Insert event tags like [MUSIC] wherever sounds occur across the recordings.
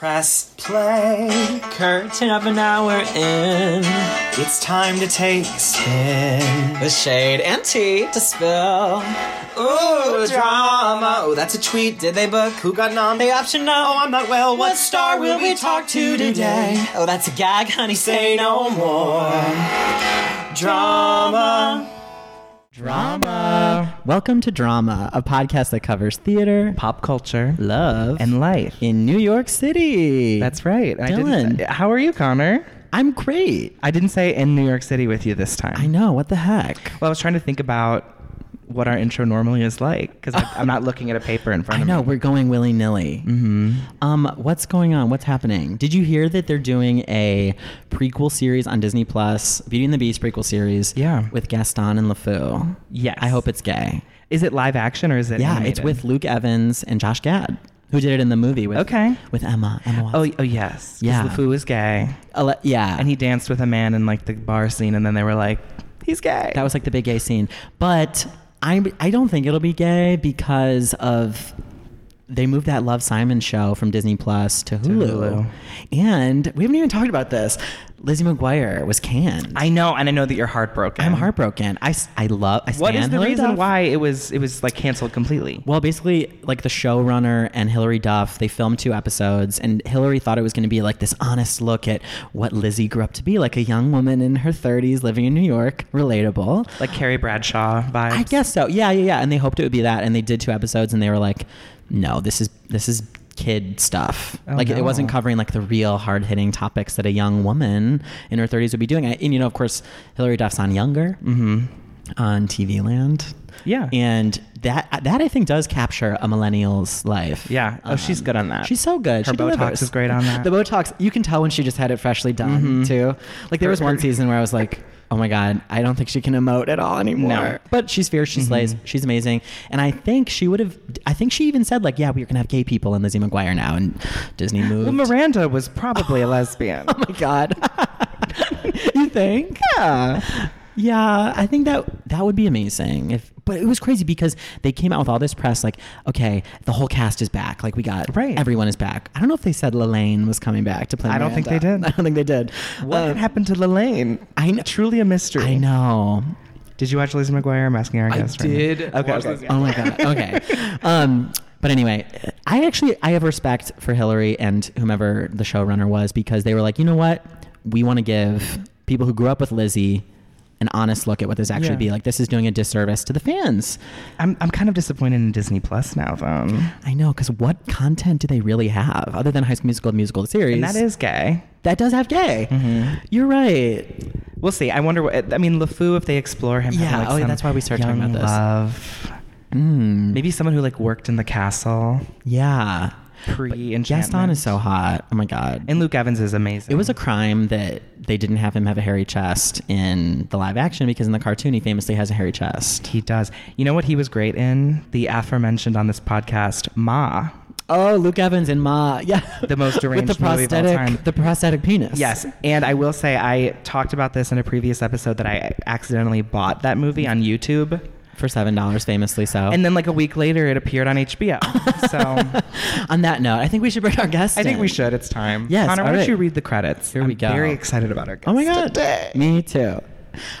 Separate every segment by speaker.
Speaker 1: Press play.
Speaker 2: Curtain up an hour in.
Speaker 1: It's time to take a spin.
Speaker 2: With shade and tea to spill.
Speaker 1: Ooh, drama. Oh, that's a tweet. Did they book? Who got nom?
Speaker 2: The option no.
Speaker 1: Oh, I'm not well. What star will we talk to today?
Speaker 2: Oh, that's a gag, honey. Say
Speaker 1: Say no more. Drama.
Speaker 3: Drama. Welcome to Drama, a podcast that covers theater,
Speaker 4: pop culture,
Speaker 3: love,
Speaker 4: and life.
Speaker 3: in New York City.
Speaker 4: That's right. I didn't,
Speaker 3: Dylan.
Speaker 4: how are you, Connor?
Speaker 3: I'm great.
Speaker 4: I didn't say in New York City with you this time.
Speaker 3: I know. What the heck?
Speaker 4: Well, I was trying to think about what our intro normally is like because I'm not looking at a paper in front
Speaker 3: I
Speaker 4: of
Speaker 3: know
Speaker 4: me.
Speaker 3: we're going willy nilly.
Speaker 4: hmm
Speaker 3: Um, what's going on? What's happening? Did you hear that they're doing a prequel series on Disney Plus, Beauty and the Beast prequel series?
Speaker 4: Yeah.
Speaker 3: with Gaston and LeFou.
Speaker 4: Yes.
Speaker 3: I hope it's gay.
Speaker 4: Is it live action or is it?
Speaker 3: yeah, it's
Speaker 4: animated?
Speaker 3: with Luke Evans and Josh Gad, who did it in the movie with
Speaker 4: Okay.
Speaker 3: with Emma. Emma Watson.
Speaker 4: Oh, y- oh yes. 'cause
Speaker 3: Yeah.
Speaker 4: LeFou is gay,
Speaker 3: Ale- yeah,
Speaker 4: and he danced with a man in like the bar scene, and then they were like, "He's gay."
Speaker 3: That was like the big gay scene. But I I don't think it'll be gay because of they moved that Love Simon show from Disney Plus to Hulu.
Speaker 4: Hulu.
Speaker 3: And we haven't even talked about this. Lizzie McGuire was canned.
Speaker 4: I know, and I know that you're heartbroken.
Speaker 3: I'm heartbroken. I, s- I love I
Speaker 4: What
Speaker 3: stan
Speaker 4: is the
Speaker 3: Hillary
Speaker 4: reason
Speaker 3: Duff.
Speaker 4: why it was it was like canceled completely?
Speaker 3: Well, basically, like the showrunner and Hilary Duff, they filmed two episodes, and Hilary thought it was going to be like this honest look at what Lizzie grew up to be, like a young woman in her 30s living in New York, relatable.
Speaker 4: Like Carrie Bradshaw vibes.
Speaker 3: I guess so. Yeah, yeah, yeah. And they hoped it would be that, and they did two episodes, and they were like, "No, this is this is kid stuff.
Speaker 4: Oh,
Speaker 3: like it
Speaker 4: no.
Speaker 3: wasn't covering like the real hard hitting topics that a young woman in her 30s would be doing." I, and you know, of course, Hillary Duff's on Younger
Speaker 4: Mm-hmm.
Speaker 3: on TV Land,
Speaker 4: Yeah.
Speaker 3: and that that I think does capture a millennial's life. Um,
Speaker 4: Yeah. Oh, she's good on that.
Speaker 3: She's so good.
Speaker 4: Her
Speaker 3: She
Speaker 4: Botox
Speaker 3: delivers.
Speaker 4: is great on that.
Speaker 3: The Botox, you can tell when she just had it freshly done
Speaker 4: Mhm.
Speaker 3: too. Like there
Speaker 4: Her-
Speaker 3: was one
Speaker 4: her-
Speaker 3: season where I was like, oh my god, I don't think she can emote at all anymore.
Speaker 4: No. Mm-hmm.
Speaker 3: But she's fierce. She slays. She's amazing. And I think she would have. I think she even said like, yeah, we're gonna have gay people in Lizzie McGuire now, and Disney moved.
Speaker 4: Well, Miranda was probably a lesbian.
Speaker 3: [LAUGHS] oh my god. you think?
Speaker 4: Yeah.
Speaker 3: Yeah, I think that that would be amazing. If but it was crazy because they came out with all this press like, okay, the whole cast is back. Like we got
Speaker 4: Right.
Speaker 3: everyone is back. I don't know if they said Lelaine was coming back to play.
Speaker 4: I don't think they
Speaker 3: Miranda.
Speaker 4: did.
Speaker 3: [LAUGHS] I don't think they did.
Speaker 4: What
Speaker 3: Uh,
Speaker 4: happened to Lelaine?
Speaker 3: I kn-
Speaker 4: Truly a mystery.
Speaker 3: I know.
Speaker 4: Did you watch Lizzie McGuire? I'm asking our
Speaker 1: I
Speaker 4: guest. right now.
Speaker 1: did
Speaker 4: Okay.
Speaker 1: watch
Speaker 4: okay.
Speaker 1: Lizzie
Speaker 3: Oh my
Speaker 4: [LAUGHS]
Speaker 3: god. Okay. [LAUGHS] um, but anyway, I actually I have respect for Hillary and whomever the showrunner was because they were like, you know what, we want to give people who grew up with Lizzie an honest look at what this actually
Speaker 4: Yeah.
Speaker 3: be like. This is doing a disservice to the fans.
Speaker 4: I'm, I'm kind of disappointed in Disney Plus now, though.
Speaker 3: I know, because what content do they really have other than High School Musical, the musical series?
Speaker 4: And that is gay.
Speaker 3: that does have gay.
Speaker 4: Mhm.
Speaker 3: You're right.
Speaker 4: We'll see. I wonder what. I mean, LeFou, if they explore him. having,
Speaker 3: Yeah.
Speaker 4: Like
Speaker 3: Oh, yeah,
Speaker 4: some
Speaker 3: that's why we started talking
Speaker 4: young
Speaker 3: about this.
Speaker 4: Love.
Speaker 3: Mm.
Speaker 4: Maybe someone who like worked in the castle.
Speaker 3: Yeah.
Speaker 4: Pre
Speaker 3: But Gaston
Speaker 4: Enchantment.
Speaker 3: is so hot. Oh my god.
Speaker 4: And Luke Evans is amazing.
Speaker 3: It was a crime that they didn't have him have a hairy chest in the live action because in the cartoon he famously has a hairy chest.
Speaker 4: He does. You know what he was great in? The aforementioned on this podcast, Ma.
Speaker 3: Oh, Luke Evans and Ma. Yeah. [LAUGHS]
Speaker 4: The most deranged
Speaker 3: With the
Speaker 4: movie of all
Speaker 3: prosthetic,
Speaker 4: time.
Speaker 3: The prosthetic penis.
Speaker 4: Yes, and I will say I talked about this in a previous episode that I accidentally bought that movie on YouTube,
Speaker 3: For $7, famously so.
Speaker 4: and then like a week later it appeared on
Speaker 3: [LAUGHS]
Speaker 4: HBO. so
Speaker 3: on that note, I think we should bring our guest
Speaker 4: I think
Speaker 3: in.
Speaker 4: we should. It's time.
Speaker 3: Yes,
Speaker 4: Connor,
Speaker 3: all
Speaker 4: why don't
Speaker 3: right.
Speaker 4: you read the credits?
Speaker 3: Here
Speaker 4: I'm
Speaker 3: we go.
Speaker 4: Very excited about our guest.
Speaker 3: Oh my god.
Speaker 4: today.
Speaker 3: Me too.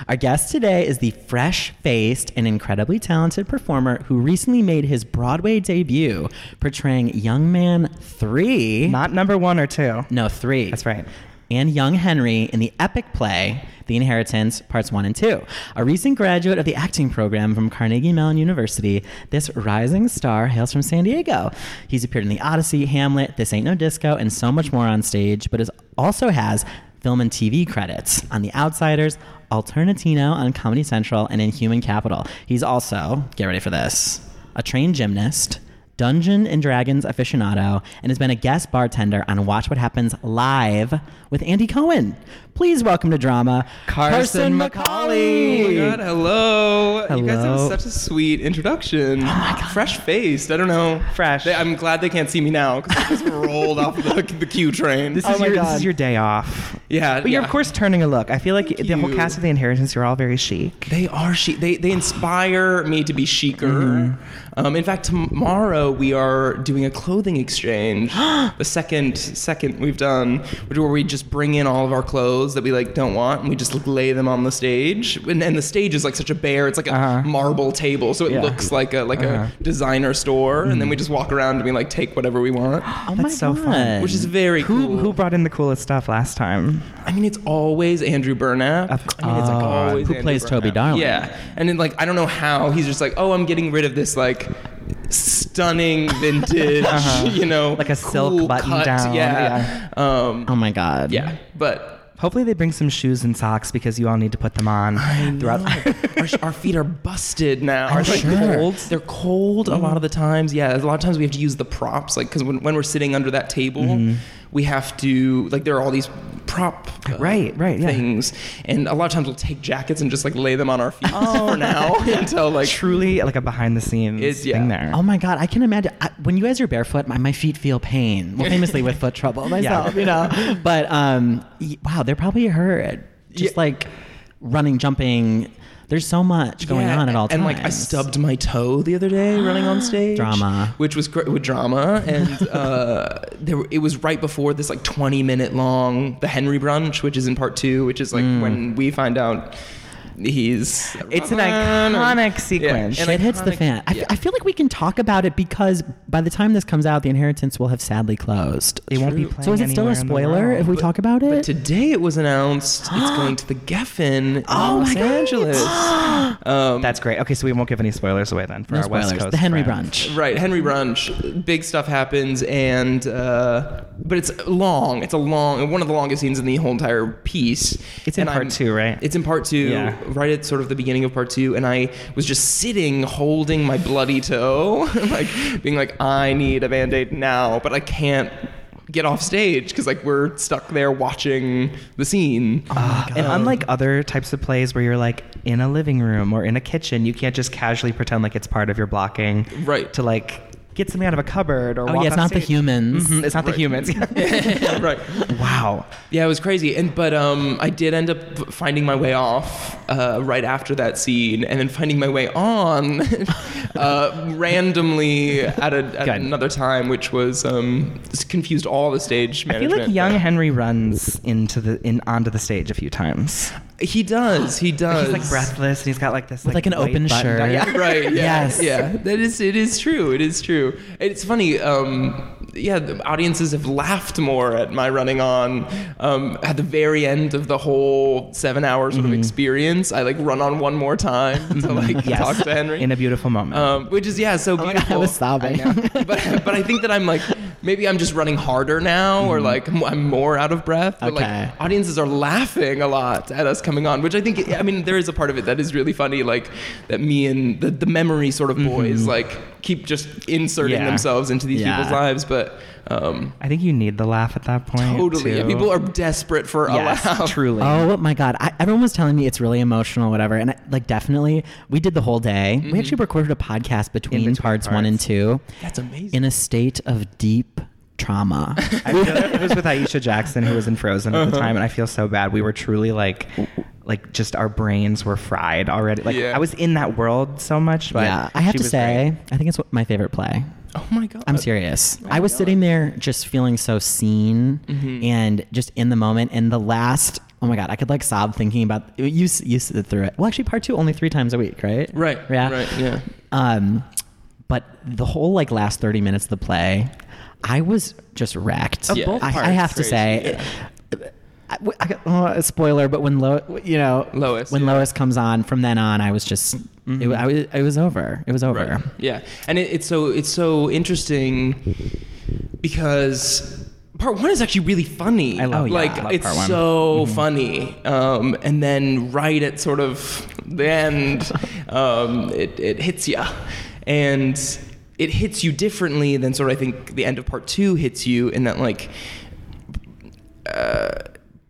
Speaker 3: Our guest today is the fresh faced and incredibly talented performer who recently made his Broadway debut portraying Young Man 3.
Speaker 4: Not number one or two.
Speaker 3: no, 3.
Speaker 4: That's right.
Speaker 3: And Young Henry in the epic play The Inheritance, Parts 1 and 2. A recent graduate of the acting program from Carnegie Mellon University, this rising star hails from San Diego. He's appeared in The Odyssey, Hamlet, This Ain't No Disco, and so much more on stage, but is, also has film and TV credits on The Outsiders, Alternatino on Comedy Central, and in Human Capital. He's also, get ready for this, a trained gymnast. Dungeon and Dragons aficionado, and has been a guest bartender on Watch What Happens Live with Andy Cohen. Please welcome to drama Carson,
Speaker 1: Oh my
Speaker 3: Macaulay.
Speaker 1: god, hello. You guys
Speaker 3: Hello.
Speaker 1: have such a sweet introduction. Fresh faced. I don't know.
Speaker 4: Oh Fresh.
Speaker 1: They- I'm glad they can't see me now because I just rolled off the, [LAUGHS] the Q train.
Speaker 4: This
Speaker 3: Oh
Speaker 4: is
Speaker 3: my
Speaker 4: your this
Speaker 3: God.
Speaker 4: is your day off.
Speaker 1: Yeah,
Speaker 4: But you're
Speaker 1: yeah.
Speaker 4: of course turning a look. I feel like the whole
Speaker 1: you.
Speaker 4: cast of The Inheritance, you're all very chic.
Speaker 1: They are chic. They they inspire me to be chicer.
Speaker 4: Mm-hmm.
Speaker 1: Um, in fact, tomorrow we are doing a
Speaker 4: [GASPS]
Speaker 1: clothing exchange. the second second we've done, which where we just bring in all of our clothes that we like don't want, and we just like, lay them on the stage. And, and the stage is like such a bare. It's like a
Speaker 4: Uh-huh.
Speaker 1: marble table, so it
Speaker 4: Yeah. Uh-huh. Mm-hmm.
Speaker 1: looks like a like a designer store. And then we just walk around and we like take whatever we
Speaker 4: [GASPS]
Speaker 1: want,
Speaker 3: Oh
Speaker 4: That's
Speaker 3: my
Speaker 4: so
Speaker 3: God.
Speaker 4: fun.
Speaker 1: which is very
Speaker 4: Who,
Speaker 1: cool.
Speaker 4: who brought in the coolest stuff last time?
Speaker 1: I mean, it's always Andrew Burnap.
Speaker 4: Of
Speaker 1: I mean, it's like
Speaker 3: course.
Speaker 1: always
Speaker 3: Who
Speaker 1: Andrew
Speaker 3: plays Toby
Speaker 1: Burnap.
Speaker 3: Darling.
Speaker 1: Yeah, and then like I don't know how he's just like, oh, I'm getting rid of this like stunning vintage,
Speaker 4: [LAUGHS]
Speaker 1: you know,
Speaker 4: Uh-huh. Like a silk
Speaker 1: cool
Speaker 4: button
Speaker 1: cut.
Speaker 4: down,
Speaker 1: Yeah. Um,
Speaker 3: Oh my god.
Speaker 1: yeah, but
Speaker 4: Hopefully they bring some shoes and socks because you all need to put them on throughout.
Speaker 1: our, our feet are busted now.
Speaker 3: I'm
Speaker 1: They're like,
Speaker 3: sure.
Speaker 1: cold. They're cold a lot of the times. Yeah, a lot of times we have to use the props, like because when, when we're sitting under that table,
Speaker 4: Mm-hmm.
Speaker 1: we have to like there are all these prop uh,
Speaker 4: Right, right, yeah.
Speaker 1: things, and a lot of times we'll take jackets and just like lay them on our feet
Speaker 4: Oh. [LAUGHS]
Speaker 1: for now until like
Speaker 4: Truly [LAUGHS] like a behind the scenes
Speaker 1: It's- yeah.
Speaker 4: thing there.
Speaker 3: Oh my god, I can imagine I, when you guys are barefoot, my, my feet feel pain. Well, famously with foot
Speaker 1: [LAUGHS]
Speaker 3: trouble myself, you know. But um, y- wow, they're probably hurt. Just
Speaker 1: Yeah.
Speaker 3: like running, jumping. There's so much going
Speaker 1: Yeah,
Speaker 3: on at all
Speaker 1: and
Speaker 3: times.
Speaker 1: like I stubbed my toe the other day running
Speaker 3: [GASPS]
Speaker 1: on stage.
Speaker 3: Drama.
Speaker 1: which was great with drama,
Speaker 3: [LAUGHS]
Speaker 1: and uh, there were- it was right before this like 20 minute long the Henry brunch, which is in part two, which is like
Speaker 3: Mm.
Speaker 1: when we find out he's
Speaker 4: It's an iconic sequence.
Speaker 1: and
Speaker 3: Shit hits the
Speaker 1: iconic-
Speaker 3: fan. I, f-
Speaker 1: yeah.
Speaker 3: I feel like we can talk about it because by the time this comes out, the inheritance will have sadly closed.
Speaker 4: They won't be
Speaker 1: True.
Speaker 4: playing
Speaker 3: So is it still
Speaker 4: anywhere
Speaker 3: a
Speaker 4: in the
Speaker 3: spoiler
Speaker 4: world.
Speaker 3: if we talk about it?
Speaker 1: But today it was announced
Speaker 3: [GASPS]
Speaker 1: it's going to the Geffen in
Speaker 3: Oh
Speaker 1: Los
Speaker 3: my God. [GASPS]
Speaker 1: Angeles. um,
Speaker 4: That's great. Okay, so we won't give any spoilers away then for
Speaker 3: no
Speaker 4: our West
Speaker 3: spoilers.
Speaker 4: Coast
Speaker 3: The Henry
Speaker 4: friends.
Speaker 3: Brunch.
Speaker 1: Right, Henry Brunch. Big stuff happens, and uh, but it's long. It's a long, one of the longest scenes in the whole entire piece.
Speaker 4: It's in
Speaker 1: And
Speaker 4: part two, right?
Speaker 1: It's in part two,
Speaker 4: Yeah.
Speaker 1: right at sort of the beginning of part two, and I was just sitting, holding my bloody toe, [LAUGHS] like being like, I need a band aid now, but I can't get off stage because like we're stuck there watching the scene.
Speaker 4: Ah, And unlike other types of plays where you're like in a living room or in a kitchen, you can't just casually pretend like it's part of your blocking.
Speaker 1: Right.
Speaker 4: To like get something out of a cupboard or
Speaker 3: Oh
Speaker 4: walk
Speaker 3: yeah, it's
Speaker 4: off
Speaker 3: not the
Speaker 4: stage.
Speaker 3: humans.
Speaker 4: Mhm, It's not
Speaker 1: Right.
Speaker 4: the humans.
Speaker 1: [LAUGHS] right.
Speaker 4: wow.
Speaker 1: Yeah, it was crazy. And but um, I did end up finding my way off uh, right after that scene, and then finding my way on [LAUGHS] uh, randomly at, a, at
Speaker 4: Good.
Speaker 1: another time, which was um, s- confused all the stage
Speaker 4: I feel
Speaker 1: management.
Speaker 4: like young Henry runs into the in onto the stage a few times.
Speaker 1: He does. He does.
Speaker 4: [LAUGHS] He's like breathless and he's got like this
Speaker 3: Uh, With, like, an
Speaker 4: white
Speaker 3: open
Speaker 4: button down-
Speaker 3: shirt.
Speaker 4: Yeah.
Speaker 1: right. Yeah,
Speaker 3: Yes.
Speaker 1: Yeah. That is. It is true. It is true. It's funny. Um, yeah, the audiences have laughed more at my running on. Um, at the very end of the whole seven hours sort of experience, I like run on one more time to like
Speaker 4: Yes.
Speaker 1: talk to Henry.
Speaker 4: [LAUGHS] In a beautiful moment.
Speaker 1: um, which is yeah, so
Speaker 3: Oh my
Speaker 1: beautiful.
Speaker 3: God, [LAUGHS] I was sobbing.
Speaker 1: but but I think that I'm like maybe I'm just running harder now, or like m- I'm more out of breath. But
Speaker 3: Mm-hmm. Okay.
Speaker 1: like audiences are laughing a lot at us coming on, which I think I mean there is a part of it that is really funny, like that me and the, the memory sort of boys like keep just inserting
Speaker 4: Yeah.
Speaker 1: themselves into these
Speaker 3: Mm-hmm. Yeah.
Speaker 1: people's lives, but. Um,
Speaker 4: I think you need the laugh at that point.
Speaker 1: Totally.
Speaker 4: too.
Speaker 1: People are desperate for
Speaker 4: yes,
Speaker 3: [LAUGHS]
Speaker 1: a laugh.
Speaker 4: truly.
Speaker 3: [LAUGHS] Oh my god! I, everyone was telling me it's really emotional, whatever, and I, like definitely, we did the whole day. We actually recorded a podcast between,
Speaker 4: between
Speaker 3: Mm-hmm. parts, one and
Speaker 4: parts.
Speaker 3: two,
Speaker 1: That's amazing.
Speaker 3: in a state of deep [LAUGHS] trauma.
Speaker 4: I feel like it was with Aisha Jackson who was in Frozen at
Speaker 3: Uh-huh.
Speaker 4: the time, and I feel so bad. We were truly like, like just our brains were fried already. Like
Speaker 1: Yeah.
Speaker 4: I was in that world so much, but
Speaker 3: yeah, I have
Speaker 4: she
Speaker 3: to
Speaker 4: was
Speaker 3: say,
Speaker 4: great.
Speaker 3: I think it's my favorite play.
Speaker 1: oh my god.
Speaker 3: I'm serious. I was sitting there just feeling so seen
Speaker 1: Mm-hmm.
Speaker 3: and just in the moment. And the last, oh my god, I could like sob thinking about you. s- You sit through it. Well, actually, part two only three times a week, right?
Speaker 1: Right.
Speaker 3: Yeah.
Speaker 1: Right. Yeah.
Speaker 3: Um, but the whole like last thirty minutes of the play, I was just wrecked.
Speaker 1: Of Yeah. both
Speaker 3: I, I
Speaker 1: parts,
Speaker 3: have to
Speaker 1: crazy,
Speaker 3: say. I, I got- oh, a spoiler, but when Lo, you know,
Speaker 1: Lois,
Speaker 3: when
Speaker 1: yeah. Mm-hmm.
Speaker 3: Lois comes on, from then on, I was just, it, wa- I was, it was over. It was over.
Speaker 1: Right. Yeah, and it, it's so it's so interesting because part one is actually really funny.
Speaker 4: I love- Oh, yeah.
Speaker 1: like
Speaker 4: I love
Speaker 1: it's
Speaker 4: part one. Mm-hmm.
Speaker 1: so funny, um, and then right at sort of the
Speaker 4: [LAUGHS]
Speaker 1: end, um, it it hits you, and it hits you differently than sort of I think the end of part two hits you in that like uh,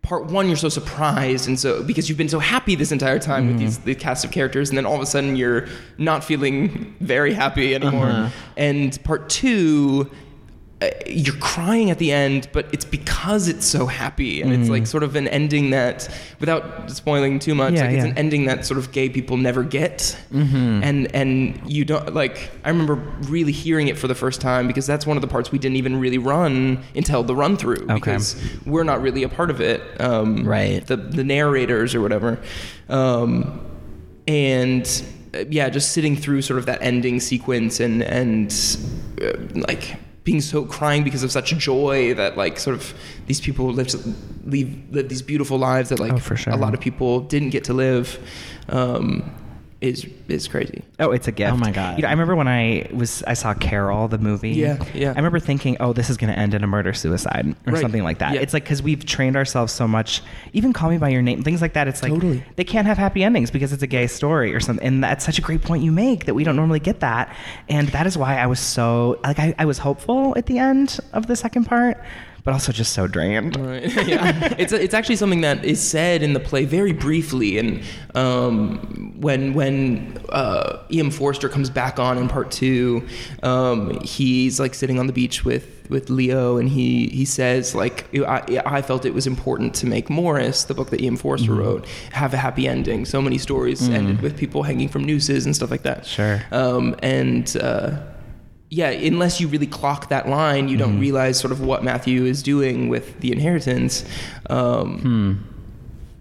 Speaker 1: part one you're so surprised and so because you've been so happy this entire time with these the cast of characters and then all of a sudden you're
Speaker 4: Uh-huh.
Speaker 1: not feeling very happy anymore and part two uh, uh, you're crying at the end, but it's because it's so happy, and it's like sort of an ending that, without spoiling too much,
Speaker 4: Mm. Yeah,
Speaker 1: like it's
Speaker 4: yeah. Mm-hmm.
Speaker 1: an ending that sort of gay people never get, and and you don't like. I remember really hearing it for the first time because that's one of the parts we didn't even really run until the run through because we're not really a part of it, um,
Speaker 3: Right.
Speaker 1: The the narrators or whatever, um, and uh, yeah, just sitting through sort of that ending sequence and and uh, like being so crying because of such joy that like sort of these people lived leave live these beautiful lives that like
Speaker 4: Oh, for sure.
Speaker 1: a lot of people didn't get to live um, is is crazy.
Speaker 4: Oh, it's a gift.
Speaker 3: Oh my God.
Speaker 4: You know, I remember when I was I saw Carol the movie.
Speaker 1: Yeah, yeah.
Speaker 4: I remember thinking, oh, this is going to end in a murder suicide or
Speaker 1: Right.
Speaker 4: something like that.
Speaker 1: Yeah.
Speaker 4: It's like because we've trained ourselves so much. Even Call Me by Your Name, things like that. It's like
Speaker 1: Totally.
Speaker 4: they can't have happy endings because it's a gay story or something. And that's such a great point you make that we don't normally get that. And that is why I was so like I, I was hopeful at the end of the second part, but also just so drained.
Speaker 1: Right. [LAUGHS] yeah. It's it's actually something that is said in the play very briefly, and um, when when uh, E.M. Forster comes back on in part two, um, he's like sitting on the beach with with Leo, and he he says like I, I felt it was important to make Morris, the book that E.M. Forster wrote, have a happy ending. So many stories ended with people hanging from nooses and stuff like that.
Speaker 4: Sure.
Speaker 1: Um, and uh, yeah, unless you really clock that line, you don't realize sort of what Matthew is doing with the inheritance. Um,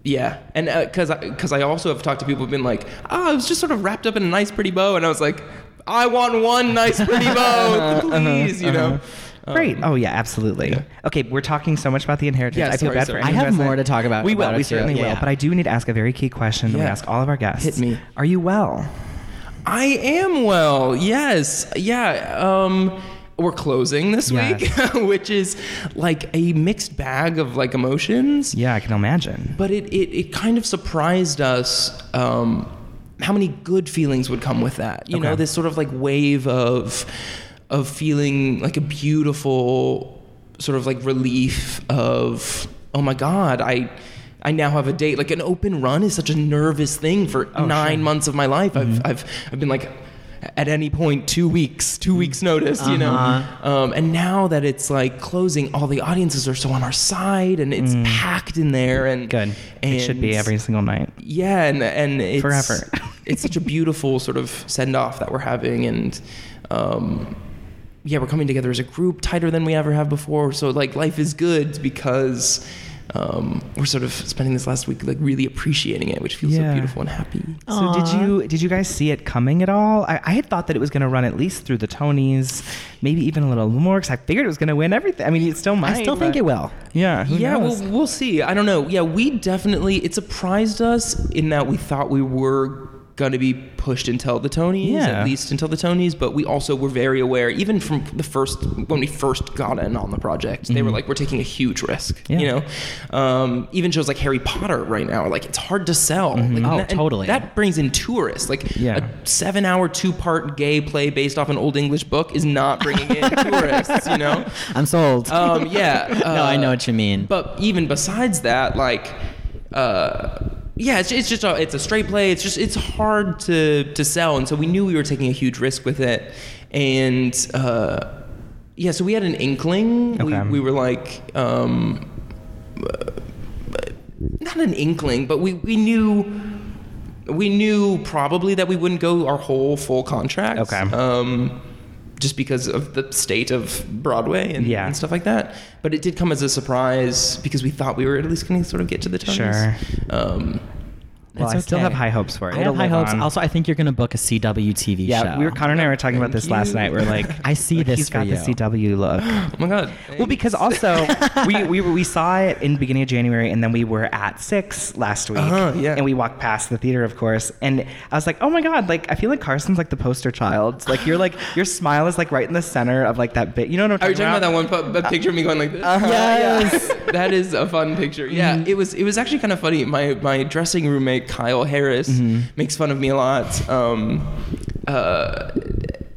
Speaker 1: Yeah, and because I because I also have talked to people who've been like, oh, I was just sort of wrapped up in a nice pretty bow, and I was like, I want one nice pretty bow, please, you know.
Speaker 4: Great. Oh yeah, absolutely. Okay, we're talking so much about the inheritance.
Speaker 1: Yeah,
Speaker 4: I feel
Speaker 1: sorry,
Speaker 4: bad
Speaker 1: sorry.
Speaker 4: for
Speaker 1: I
Speaker 4: anyone
Speaker 3: have
Speaker 4: who has
Speaker 3: more
Speaker 4: that.
Speaker 3: to talk about-
Speaker 4: We will.
Speaker 3: about it
Speaker 4: we
Speaker 3: too.
Speaker 4: certainly
Speaker 3: Yeah,
Speaker 4: will.
Speaker 3: yeah.
Speaker 4: But I do need to ask a very key question that we
Speaker 1: Yeah.
Speaker 4: ask all of our guests.
Speaker 1: Hit me.
Speaker 4: Are you well?
Speaker 1: Uh, I am well. Yes. Yeah. Um we're closing this
Speaker 4: Yes.
Speaker 1: week, [LAUGHS] which is like a mixed bag of like emotions.
Speaker 4: Yeah, I can imagine.
Speaker 1: But it it, it kind of surprised us um how many good feelings would come with that. You know,
Speaker 4: Okay.
Speaker 1: this sort of like wave of of feeling like a beautiful sort of like relief of oh my god, I I now have a date. Like an open run is such a nervous thing for nine months of my life. I've I've I've been like at any point two weeks, two weeks notice, you know. Um, and now that it's like closing, all the audiences are so on our side, and it's packed in there. And
Speaker 4: Good.
Speaker 1: And
Speaker 4: it should be every single night.
Speaker 1: yeah, and and it's,
Speaker 4: Forever.
Speaker 1: [LAUGHS] it's such a beautiful sort of send off that we're having, and um, yeah, we're coming together as a group tighter than we ever have before. So like life is good because. Um, we're sort of spending this last week like really appreciating it, which feels so
Speaker 4: Yeah.
Speaker 1: beautiful and happy.
Speaker 4: So did you did you guys see it coming at all? I, I had thought that it was going to run at least through the Tonys, maybe even a little more, because I figured it was going to win everything. I mean, it still might.
Speaker 3: I still think
Speaker 4: but-
Speaker 3: it will.
Speaker 4: Yeah. Who
Speaker 1: yeah,
Speaker 4: knows?
Speaker 1: we'll, we'll see. I don't know. Yeah, we definitely, it surprised us in that we thought we were going to be pushed until the Tonys,
Speaker 4: Yeah.
Speaker 1: at least until the Tonys, but we also were very aware, even from the first, when we first got in on the project, they were like, we're taking a huge risk, you
Speaker 4: Mm-hmm. Yeah.
Speaker 1: know? Um, even shows like Harry Potter right now, like, it's hard to sell. Like,
Speaker 3: Oh,
Speaker 1: and that- and
Speaker 3: totally.
Speaker 1: That brings in tourists. Like,
Speaker 4: Mm-hmm. Yeah.
Speaker 1: a seven hour, two part gay play based off an Old English book is not bringing
Speaker 4: [LAUGHS]
Speaker 1: in tourists, you know?
Speaker 3: I'm [LAUGHS] sold.
Speaker 1: Um, yeah.
Speaker 3: no, I know
Speaker 1: uh,
Speaker 3: what you mean.
Speaker 1: but even besides that, like, uh, yeah, it's, it's just a, it's a straight play. It's just it's hard to to sell, and so we knew we were taking a huge risk with it, and uh, yeah, so we had an inkling.
Speaker 4: Okay.
Speaker 1: We, we were like. Um, uh, not an inkling, but we, we knew we knew probably that we wouldn't go our whole full contract.
Speaker 4: Okay.
Speaker 1: Um, just because of the state of Broadway and,
Speaker 4: Yeah.
Speaker 1: and stuff like that. But it did come as a surprise because we thought we were at least going to sort of get to the Tonys.
Speaker 4: Sure.
Speaker 1: Um,
Speaker 4: well,
Speaker 3: It's
Speaker 4: I still
Speaker 3: okay.
Speaker 4: have high hopes for it.
Speaker 3: I have
Speaker 4: It'll
Speaker 3: high
Speaker 4: live
Speaker 3: hopes.
Speaker 4: on.
Speaker 3: Also, I think you're going to book a CW TV
Speaker 4: yeah,
Speaker 3: show.
Speaker 4: we were Connor and I were talking about this
Speaker 1: Thank
Speaker 4: last
Speaker 1: you.
Speaker 4: night. We're [LAUGHS] like,
Speaker 3: [LAUGHS] I see
Speaker 4: like,
Speaker 3: this
Speaker 4: He's
Speaker 3: for
Speaker 4: got
Speaker 3: you.
Speaker 4: the CW
Speaker 3: [GASPS]
Speaker 4: look.
Speaker 1: oh my God.
Speaker 4: Well, because also
Speaker 3: [LAUGHS]
Speaker 4: we, we we saw it in the beginning of January, and then we were at six last week,
Speaker 1: Uh-huh, yeah.
Speaker 4: and we walked past the theater, of course. And I was like, oh my god, like I feel like Carson's like the poster child. Like you're like your smile is like right in the center of like that bit. You know what I'm
Speaker 1: Are
Speaker 4: talking
Speaker 1: you talking about that one pu- that picture of me going like this?
Speaker 4: Uh-huh.
Speaker 3: Yes.
Speaker 1: [LAUGHS] that is a fun picture. Yeah, it was. It was actually kind of funny. My my dressing roommate Kyle Harris makes fun of me a lot. Um, uh,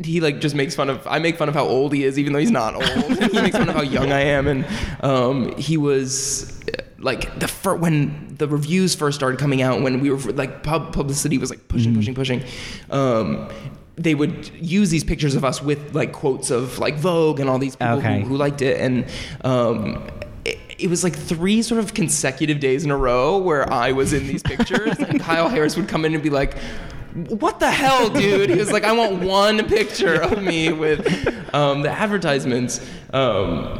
Speaker 1: he like just makes fun of. I make fun of how old he is, even though he's not old. [LAUGHS] he makes fun of how young I am, and um, he was uh, like the fir- when the reviews first started coming out when we were like pub- publicity was like pushing pushing pushing um they would use these pictures of us with like quotes of like Vogue and all these people
Speaker 4: Okay.
Speaker 1: who, who liked it, and um, it, it was like three sort of consecutive days in a row where I was in these pictures,
Speaker 4: [LAUGHS]
Speaker 1: and Kyle Harris would come in and be like. What the hell, dude? He was like, I want one picture of me with um, the advertisements, um,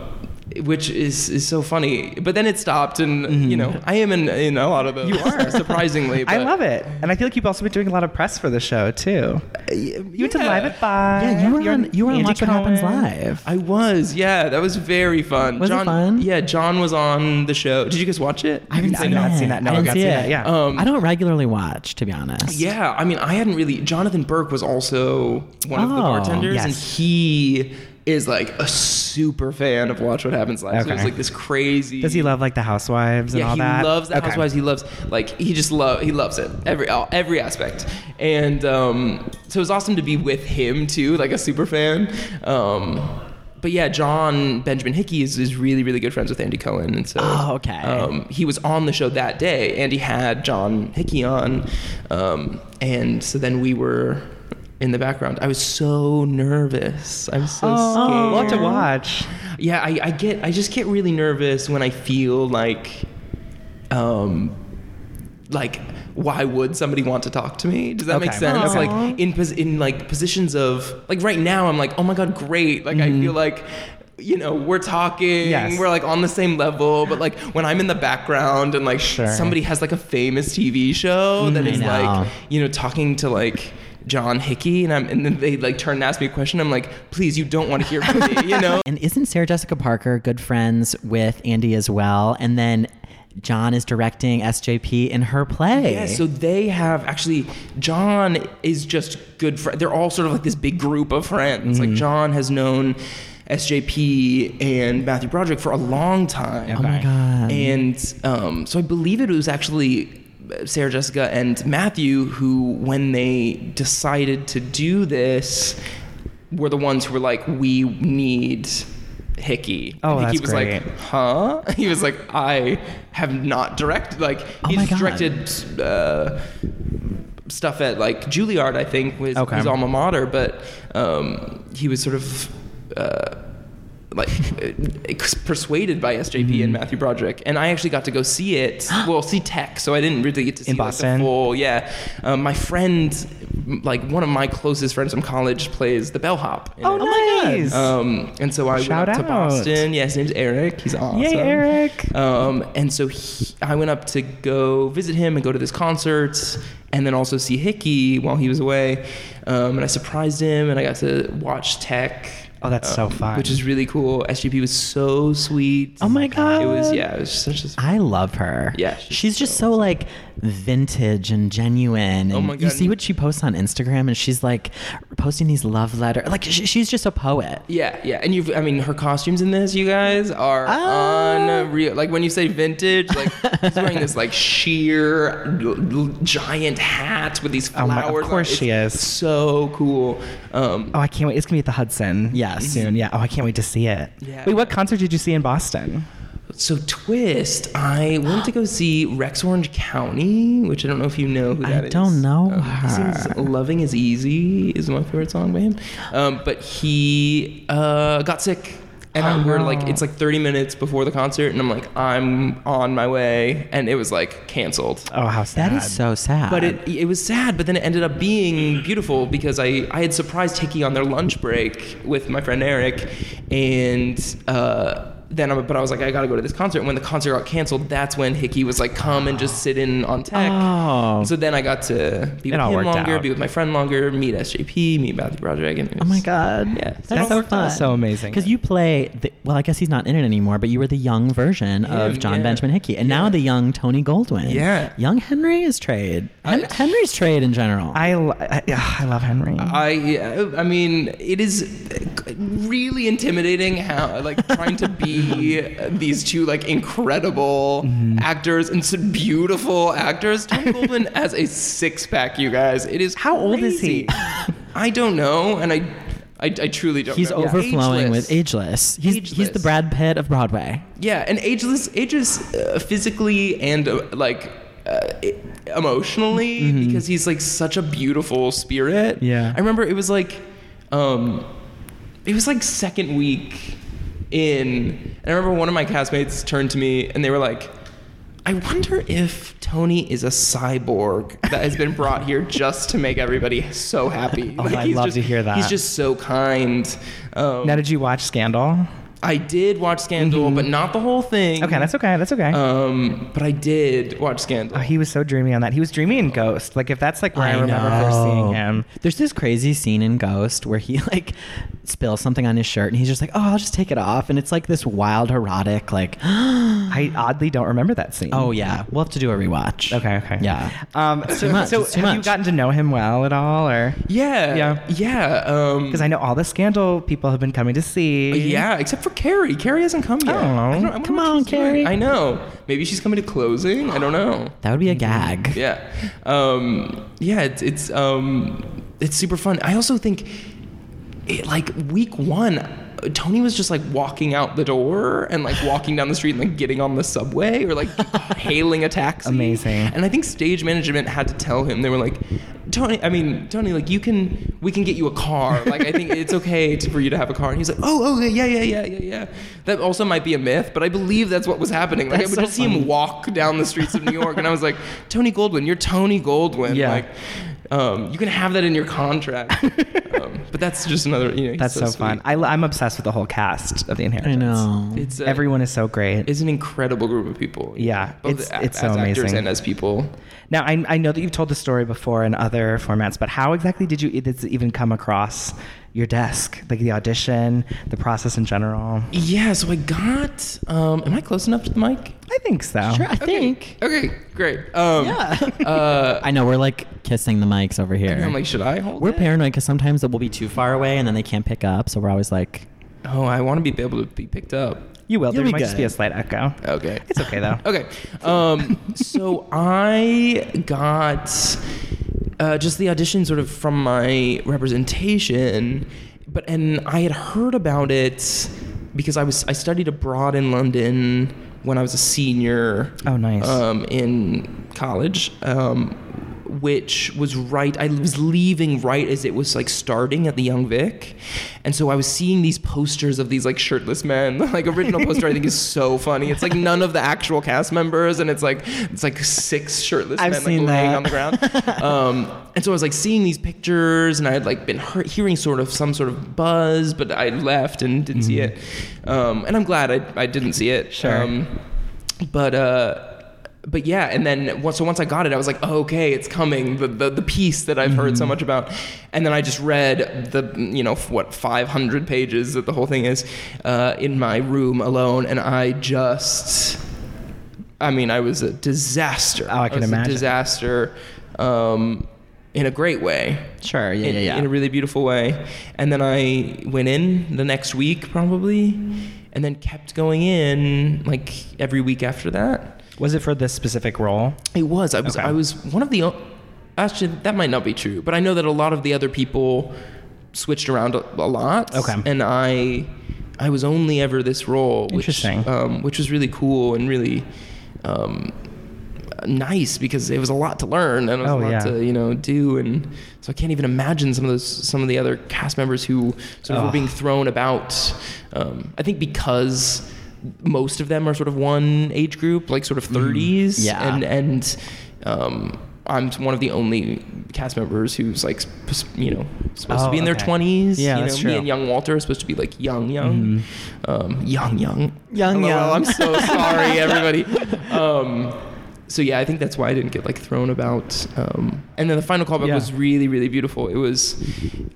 Speaker 1: which is, is so funny. But then it stopped, and you know, I am in, in a lot of those. You are [LAUGHS] surprisingly.
Speaker 4: Mm-hmm. I
Speaker 1: but-
Speaker 4: love it, and I feel like you've also been doing a lot of press for the show too. You went to
Speaker 1: yeah.
Speaker 4: live at five.
Speaker 3: Yeah, you were
Speaker 4: You're
Speaker 3: on. You were on
Speaker 4: Andy
Speaker 3: Watch What Happens
Speaker 4: Cohen.
Speaker 3: Live.
Speaker 1: I was, yeah. That was very fun.
Speaker 3: Was it
Speaker 1: John,
Speaker 3: fun?
Speaker 1: Yeah, John was on the show. Did you guys watch it?
Speaker 3: I haven't
Speaker 4: I've not seen that. No,
Speaker 3: I
Speaker 4: I've
Speaker 3: didn't
Speaker 4: not
Speaker 3: see
Speaker 4: seen
Speaker 3: it.
Speaker 4: that. Yeah.
Speaker 1: Um,
Speaker 3: I don't regularly watch, to be honest.
Speaker 1: yeah, I mean, I hadn't really. Jonathan Burke was also one of the
Speaker 3: Oh,
Speaker 1: bartenders, and
Speaker 4: yes.
Speaker 1: he is like a super fan of Watch What Happens Live. So
Speaker 4: Okay.
Speaker 1: it's like this crazy.
Speaker 4: Does he love like the housewives and
Speaker 1: yeah,
Speaker 4: all
Speaker 1: he
Speaker 4: that?
Speaker 1: loves the
Speaker 4: Okay.
Speaker 1: Housewives. He loves like he just love he loves it every all, every aspect, and um, so it was awesome to be with him too, like a super fan. Um, but yeah, John Benjamin Hickey is, is really really good friends with Andy Cohen, and so
Speaker 3: Oh, okay.
Speaker 1: um, he was on the show that day. Andy had John Hickey on, um, and so then we were in the background. I was so nervous. I was so
Speaker 4: Oh,
Speaker 1: scared.
Speaker 4: what to watch?
Speaker 1: Yeah, I, I get I just get really nervous when I feel like um like why would somebody want to talk to me? Does that make
Speaker 4: Okay.
Speaker 1: sense?
Speaker 4: Aw.
Speaker 1: Like in pos- in like positions of like right now I'm like, "Oh my god, great." Like I feel like you know, we're talking,
Speaker 4: Mm-hmm. Yes.
Speaker 1: we're like on the same level, but like when I'm in the background and like
Speaker 4: Sure. Mm,
Speaker 1: somebody has like a famous TV show that
Speaker 3: I
Speaker 1: is
Speaker 3: know.
Speaker 1: like, you know, talking to like John Hickey and I'm and then they like turn and ask me a question, I'm like, "Please, you don't want to hear from me," you know?
Speaker 3: And isn't Sarah Jessica Parker good friends with Andy as well? And then John is directing SJP in her play.
Speaker 1: Yeah, so they have actually. John is just good friend. They're all sort of like this big group of friends.
Speaker 4: Mm-hmm.
Speaker 1: Like John has known SJP and Matthew Broderick for a long time.
Speaker 4: Oh my Okay.
Speaker 3: God.
Speaker 1: And um, so I believe it was actually uh, Sarah Jessica and Matthew who, when they decided to do this, were the ones who were like, "We need." Hickey.
Speaker 4: Oh,
Speaker 1: and Hickey
Speaker 4: that's
Speaker 1: was
Speaker 4: great.
Speaker 1: like, huh? [LAUGHS] He was like, I have not directed. Like,
Speaker 3: Oh my
Speaker 1: he's
Speaker 3: God.
Speaker 1: directed uh, stuff at like Juilliard, I think, was
Speaker 4: Okay.
Speaker 1: his alma mater. But um, he was sort of uh, like uh, ex- persuaded by SJP and
Speaker 4: Mm-hmm.
Speaker 1: Matthew Broderick, and I actually got to go see
Speaker 4: [GASPS]
Speaker 1: it. well, see Tech, so I didn't really get to see
Speaker 4: In
Speaker 1: like,
Speaker 4: Boston?
Speaker 1: the full. Yeah, um, my friend, m- like one of my closest friends from college, plays the bellhop. in
Speaker 4: Oh,
Speaker 1: it.
Speaker 4: nice.
Speaker 1: Um, and so I
Speaker 4: Shout
Speaker 1: went up to
Speaker 4: out.
Speaker 1: Boston. Yeah, his name's Eric. He's awesome.
Speaker 4: Eric.
Speaker 1: Um, and so he, I went up to go visit him and go to this concert, and then also see Hickey while he was away. Um, and I surprised him, and I got to watch Tech.
Speaker 4: Oh, that's so
Speaker 1: um,
Speaker 4: fun.
Speaker 1: Which is really cool. SGP was so sweet.
Speaker 3: Oh my God.
Speaker 1: It was yeah. It was just such a
Speaker 3: I love her.
Speaker 1: Yeah,
Speaker 3: she's,
Speaker 1: she's
Speaker 3: just so like vintage and genuine. And
Speaker 1: Oh my
Speaker 3: You
Speaker 1: God.
Speaker 3: see what she posts on Instagram, and she's like posting these love letters. Like sh- she's just a poet.
Speaker 1: yeah, yeah, and you've—I mean, her costumes in this, you guys, are
Speaker 3: Ah.
Speaker 1: unreal. Like when you say vintage, like she's wearing
Speaker 4: [LAUGHS]
Speaker 1: this like sheer l- l- giant hat with these
Speaker 4: Oh
Speaker 1: flowers.
Speaker 4: my- of
Speaker 1: on.
Speaker 4: course
Speaker 1: It's
Speaker 4: she is.
Speaker 1: So cool. Um,
Speaker 4: Oh, I can't wait. It's gonna be at the Hudson.
Speaker 3: Yes.
Speaker 4: Soon. Yeah. Oh, I can't wait to see it.
Speaker 1: Yeah.
Speaker 4: Wait, what concert did you see in Boston?
Speaker 1: So Twist, I went to go see Rex Orange County, which I don't know if you know who that is.
Speaker 3: don't know
Speaker 1: he sings
Speaker 3: her.
Speaker 1: "Loving Is Easy" is my favorite song by him. Um, but he uh, got sick, and
Speaker 3: Oh,
Speaker 1: I- we're like, it's like 30 minutes before the concert, and I'm like, I'm on my way, and it was like canceled.
Speaker 4: Oh, how sad.
Speaker 3: That is so sad.
Speaker 1: But it it was sad, but then it ended up being beautiful because I, I had surprised Hickey on their lunch break with my friend Eric, and uh, then I, but I was like I gotta go to this concert. And when the concert got canceled, that's when Hickey was like come and just sit in on tech.
Speaker 3: Oh.
Speaker 1: So then I got to be
Speaker 4: It
Speaker 1: with
Speaker 4: all
Speaker 1: him
Speaker 4: worked
Speaker 1: longer,
Speaker 4: out.
Speaker 1: be with my friend longer, meet SJP, meet Matthew Broderick. And it
Speaker 3: Oh my
Speaker 1: was-
Speaker 3: god!
Speaker 1: Yeah.
Speaker 3: that's
Speaker 4: That's
Speaker 3: so
Speaker 4: so-
Speaker 3: fun.
Speaker 4: so amazing.
Speaker 3: Because you play. The, well, I guess he's not in it anymore, but you were the young version of
Speaker 1: Him,
Speaker 3: John
Speaker 1: yeah.
Speaker 3: Benjamin Hickey, and now the young Tony Goldwyn.
Speaker 1: Yeah.
Speaker 3: young Henry is trade. Hen-
Speaker 1: I-
Speaker 3: Henry's trade in general.
Speaker 4: I, lo- I, yeah, I love Henry.
Speaker 3: Uh,
Speaker 1: I yeah, I mean it is really intimidating how like trying
Speaker 4: [LAUGHS]
Speaker 1: to be these two like incredible
Speaker 4: Mm-hmm.
Speaker 1: actors and so beautiful actors. Tom
Speaker 4: [LAUGHS]
Speaker 1: Goldwyn has a six pack, you guys. It is
Speaker 4: How old is he?
Speaker 1: crazy. I don't know, and I I, I truly don't.
Speaker 3: he's
Speaker 1: know.
Speaker 3: overflowing with ageless.
Speaker 1: Ageless.
Speaker 3: He's he's the
Speaker 1: Ageless.
Speaker 3: Brad Pitt of Broadway.
Speaker 1: yeah, and ageless, ageless uh, physically and uh, like. uh, emotionally because he's like such a beautiful spirit.
Speaker 3: Mm-hmm. Yeah.
Speaker 1: I remember it was like, um, it was like second week in. And I remember one of my castmates turned to me and they were like, I wonder if Tony is a cyborg that has been
Speaker 3: [LAUGHS]
Speaker 1: brought here just to make everybody so happy.
Speaker 3: Oh, I'd love
Speaker 1: just,
Speaker 3: to hear that.
Speaker 1: He's just so kind. Um,
Speaker 4: Now, did you watch Scandal?
Speaker 3: Mm-hmm.
Speaker 1: I did watch Scandal, but not the whole thing.
Speaker 4: Okay, that's okay. That's okay.
Speaker 3: Uh,
Speaker 1: Um, but I did watch Scandal.
Speaker 4: Oh, he was so dreamy on that. He was dreamy in Ghost. Like if that's like where I, remember first seeing him.
Speaker 3: There's this crazy scene in Ghost where he [LAUGHS] like spills something on his shirt and he's just like, "Oh, I'll just take it off," and it's like this wild, erotic, like, "Oh
Speaker 4: I oddly don't remember that scene.
Speaker 3: yeah, we'll have to do a rewatch."
Speaker 4: Okay, okay.
Speaker 3: Oh, Yeah.
Speaker 4: Um, so,
Speaker 3: too much,
Speaker 4: so
Speaker 3: it's too
Speaker 4: have you
Speaker 3: much.
Speaker 4: gotten to know him well at all, or
Speaker 1: yeah,
Speaker 4: Yeah.
Speaker 1: yeah. Um,
Speaker 4: because I know all the Scandal people have been coming to see.
Speaker 1: yeah, except for Carrie. Carrie hasn't come yet.
Speaker 4: I don't know.
Speaker 1: I wonder
Speaker 3: Come
Speaker 1: what
Speaker 3: on,
Speaker 1: she's doing.
Speaker 3: Carrie.
Speaker 1: I know. Maybe she's coming to closing. I don't know.
Speaker 3: That would be a gag.
Speaker 1: [LAUGHS] Yeah, um, yeah. It's it's um, it's super fun. I also think, it, like week one, Tony was just like walking out the door and like walking down the street and like getting on the subway or
Speaker 3: [LAUGHS]
Speaker 1: like hailing a taxi.
Speaker 4: Amazing.
Speaker 1: And I think stage management had to tell him they were like, Tony. I mean, Tony, like you can we can get you a car. Like I think it's okay to, for you to have a car. And he's like, Oh, oh, yeah, yeah, yeah, yeah, yeah. That also might be a myth, but I believe that's what was happening. Like I
Speaker 3: That's
Speaker 1: would
Speaker 3: so
Speaker 1: just see him
Speaker 3: funny.
Speaker 1: walk down the streets of New York, and I was like, Tony Goldwyn, you're Tony Goldwyn.
Speaker 4: Yeah.
Speaker 1: Like, um, you can have that in your
Speaker 4: [LAUGHS]
Speaker 1: contract. um, but that's just another, you know. he's
Speaker 4: that's so, fun.
Speaker 1: sweet.
Speaker 4: I, am obsessed with the whole cast of The Inheritance.
Speaker 3: I know.
Speaker 1: It's a,
Speaker 4: Everyone is so great.
Speaker 1: It's an incredible group of people.
Speaker 4: Yeah,
Speaker 1: both
Speaker 4: it's-
Speaker 1: a-
Speaker 4: it's so
Speaker 1: as actors
Speaker 4: amazing.
Speaker 1: and as people.
Speaker 4: Now, I, I know that you've told the story before in other formats, but how exactly did you did this even come across your desk? Like the audition, the process in general?
Speaker 1: Yeah, so I got. Um, am I close enough to the mic?
Speaker 4: I think so.
Speaker 3: Sure, I think.
Speaker 1: Okay, great. Um,
Speaker 3: Yeah.
Speaker 1: uh,
Speaker 3: [LAUGHS]
Speaker 4: [LAUGHS]
Speaker 3: I know we're like kissing the mics over here.
Speaker 1: I'm like, should I hold?
Speaker 3: we're
Speaker 1: it?
Speaker 3: paranoid because sometimes it will be too far away and then they can't pick up, so we're always like,
Speaker 1: Oh, I want to be able to be picked up.
Speaker 4: You will.
Speaker 3: You'll
Speaker 4: There
Speaker 3: be
Speaker 4: might just
Speaker 3: good. Uh,
Speaker 4: be a slight echo.
Speaker 1: Okay.
Speaker 4: It's okay though.
Speaker 1: Okay. Um, so I got uh, just the audition sort of from my representation, but and I had heard about it because I was I studied abroad in London when I was a senior.
Speaker 4: Oh, nice.
Speaker 3: uh,
Speaker 1: Um, in college. Um, which was right I was leaving right as it was like starting at the Young Vic. And so I was seeing these posters of these like shirtless men. [LAUGHS] Like original poster I think is so funny. It's like none of the actual cast members and it's like it's like six shirtless
Speaker 3: I've
Speaker 1: men
Speaker 3: seen
Speaker 1: like laying
Speaker 3: that.
Speaker 1: on the
Speaker 3: [LAUGHS]
Speaker 1: ground. Um, and so I was like seeing these pictures and I had like been hear- hearing sort of some sort of buzz, but I left and didn't see it.
Speaker 3: Mm-hmm.
Speaker 1: Um, and I'm glad I, I didn't see it.
Speaker 4: Sure.
Speaker 1: Um, but uh but yeah and then once- so once i got it i was like oh, okay it's coming the, the the piece that i've heard so
Speaker 4: Mm-hmm.
Speaker 1: much about and then i just read the you know what 500 pages that the whole thing is uh, in my room alone and i just i mean i was a disaster
Speaker 4: Oh, I can
Speaker 1: was a
Speaker 4: imagine.
Speaker 1: disaster um in a great way
Speaker 3: sure, yeah,
Speaker 1: in,
Speaker 3: yeah, yeah.
Speaker 1: in a really beautiful way. And then I went in the next week probably, and then kept going in like every week after that.
Speaker 4: Was it for this specific role?
Speaker 1: It was I was
Speaker 4: Okay.
Speaker 1: I was one of the o- actually that might not be true, but I know that a lot of the other people switched around a, a lot.
Speaker 4: Okay.
Speaker 1: and I I was only ever this role, which
Speaker 4: Interesting.
Speaker 1: um, which was really cool and really. Um, nice because it was a lot to learn and it was
Speaker 4: Oh,
Speaker 1: a lot
Speaker 4: yeah.
Speaker 1: to you know do and so I can't even imagine some of those some of the other cast members who sort of were
Speaker 4: Ugh.
Speaker 1: being thrown about. Um, I think because most of them are sort of one age group, like sort
Speaker 4: Mm.
Speaker 1: of 30s,
Speaker 3: yeah.
Speaker 1: and and um, I'm one of the only cast members who's like sp- you know supposed to
Speaker 4: Oh,
Speaker 1: be in their
Speaker 4: okay.
Speaker 1: 20s.
Speaker 4: Yeah,
Speaker 1: you know,
Speaker 4: that's
Speaker 1: me
Speaker 4: true. Mm-hmm.
Speaker 1: and young Walter are supposed to be like young, young, um, young, young,
Speaker 3: Young,
Speaker 1: LOL,
Speaker 3: young.
Speaker 1: I'm so
Speaker 4: [LAUGHS]
Speaker 1: sorry, everybody. Um, so yeah, I think that's why I didn't get like thrown about. Um, and then the final callback
Speaker 4: Yeah.
Speaker 1: was really, really beautiful. It was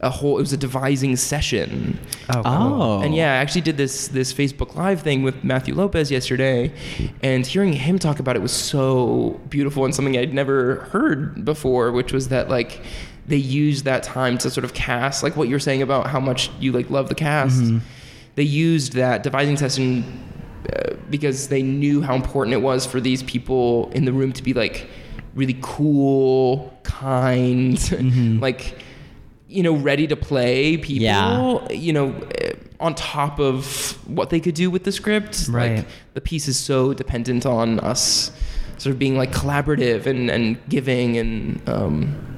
Speaker 1: a whole. It was a devising session.
Speaker 4: Oh,
Speaker 3: oh.
Speaker 1: And yeah, I actually did this this Facebook Live thing with Matthew Lopez yesterday, and hearing him talk about it was so beautiful and something I'd never heard before, which was that like they used that time to sort of cast like what you're saying about how much you like love the cast. They used that devising session uh, because they knew how important it was for these people in the room to be like really cool, kind, [LAUGHS] like you know, ready to play people
Speaker 3: Yeah.
Speaker 1: you know, eh, on top of what they could do with the script,
Speaker 4: Right.
Speaker 1: like the piece is so dependent on us sort of being like collaborative and, and giving and um,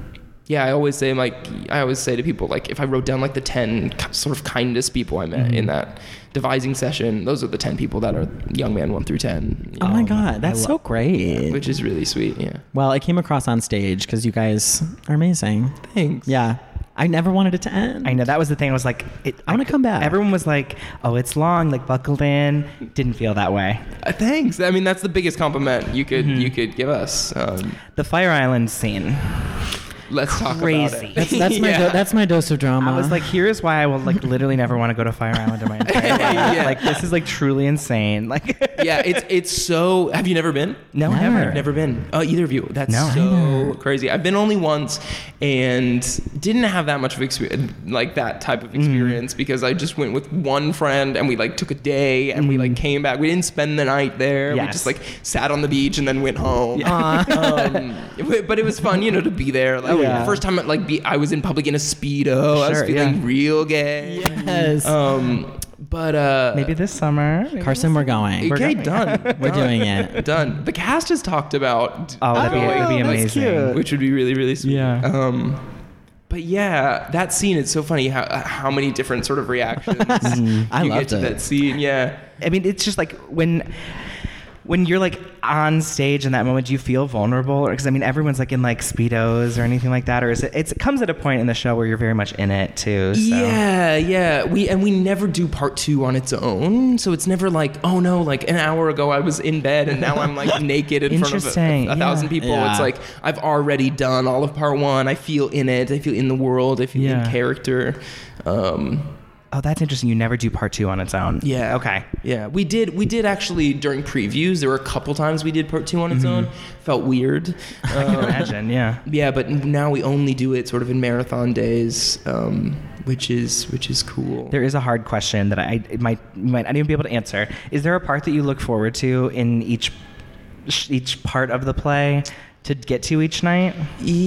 Speaker 1: yeah, I always say like I always say to people like if I wrote down like the ten k- sort of kindest people I met
Speaker 3: Mm-hmm.
Speaker 1: in that devising session, those are the ten people that are young man one through ten, you
Speaker 3: Oh
Speaker 1: know,
Speaker 3: my god, that's
Speaker 4: lo-
Speaker 3: so great.
Speaker 1: which is really sweet. Yeah,
Speaker 3: well, it came across on stage because you guys are amazing.
Speaker 1: thanks.
Speaker 3: Yeah, I never wanted it to end.
Speaker 4: I know that was the thing. I was like, it,
Speaker 3: I wanna come back.
Speaker 4: Everyone was like, "Oh, it's long." Like buckled in. Didn't feel that way.
Speaker 1: Uh, thanks. I mean, that's the biggest compliment you could
Speaker 3: Mm-hmm.
Speaker 1: you could give us. Um,
Speaker 4: The Fire Island scene.
Speaker 1: let's talk
Speaker 4: Crazy.
Speaker 1: about
Speaker 3: [LAUGHS]
Speaker 1: it.
Speaker 3: That's, that's
Speaker 1: [LAUGHS]
Speaker 3: my do- that's my dose of drama.
Speaker 4: I was
Speaker 1: Uh-huh.
Speaker 4: like, here is why I will like literally never want to go to Fire Island
Speaker 1: [LAUGHS]
Speaker 4: in my entire life.
Speaker 1: Yeah.
Speaker 4: Like this is like truly insane. Like
Speaker 1: yeah, it's it's so. Have you never been?
Speaker 4: no,
Speaker 3: Never.
Speaker 4: never.
Speaker 1: Never been. Uh, either of you. That's
Speaker 4: No.
Speaker 1: so crazy. I've been only once and didn't have that much of experience, like that type
Speaker 4: Mm.
Speaker 1: of experience, because I just went with one friend and we like took a day and we like came back. We didn't spend the night there. We
Speaker 4: Mm. Yes.
Speaker 1: just like sat on the beach and then went home.
Speaker 4: [LAUGHS]
Speaker 1: Um, it- but it was fun, you know, to be there. Like, oh,
Speaker 3: Yeah.
Speaker 1: First time, at, like, be, I was in public in a speedo. I was
Speaker 4: Sure,
Speaker 1: feeling
Speaker 4: yeah.
Speaker 1: real gay.
Speaker 3: yes,
Speaker 4: "Oh,
Speaker 1: Um, but uh,
Speaker 4: [LAUGHS] Maybe this summer. Maybe
Speaker 3: Carson, we're going. We're,
Speaker 1: Okay,
Speaker 4: going. [LAUGHS]
Speaker 1: done.
Speaker 3: doing it.
Speaker 1: Done. The cast has talked about
Speaker 4: Oh, that'd be,
Speaker 1: going,
Speaker 4: that'd be
Speaker 3: Oh, that's
Speaker 4: amazing.
Speaker 3: cute.
Speaker 1: which would be really really sweet.
Speaker 4: Yeah.
Speaker 1: Um, but yeah, that scene it's so funny how how many different sort of
Speaker 4: [LAUGHS]
Speaker 1: reactions
Speaker 4: Mm-hmm.
Speaker 3: I
Speaker 1: you
Speaker 3: loved
Speaker 1: get to
Speaker 3: it.
Speaker 1: that scene. Yeah.
Speaker 4: I mean, it's just like when when you're like on stage in that moment, do you feel vulnerable? Because I mean, everyone's like in like speedos or anything like that, or is it? It's, it comes at a point in the show where you're very much in it too. So.
Speaker 1: Yeah, yeah. We and we never do part two on its own, so it's never like, oh no, like an hour ago I was in bed and now I'm
Speaker 4: [LAUGHS]
Speaker 1: like naked in front of a-
Speaker 4: Interesting,
Speaker 1: a, thousand
Speaker 4: yeah.
Speaker 1: people. It's
Speaker 3: Yeah.
Speaker 1: like I've already done all of part one. I feel in it. I feel in the world. I feel
Speaker 4: Yeah.
Speaker 1: in character. Um,
Speaker 4: Oh, that's interesting. You never do part two on its own.
Speaker 1: Yeah.
Speaker 4: Okay.
Speaker 1: Yeah, we did. We did actually during previews. There were a couple times we did part two on its own. Felt weird. Um,
Speaker 4: Imagine. Yeah.
Speaker 1: yeah, but now we only do it sort of in marathon days, um, which is which is cool.
Speaker 4: There is a hard question that I it might you might not even be able to answer. Is there a part that you look forward to in each sh- each part of the play to get to each night?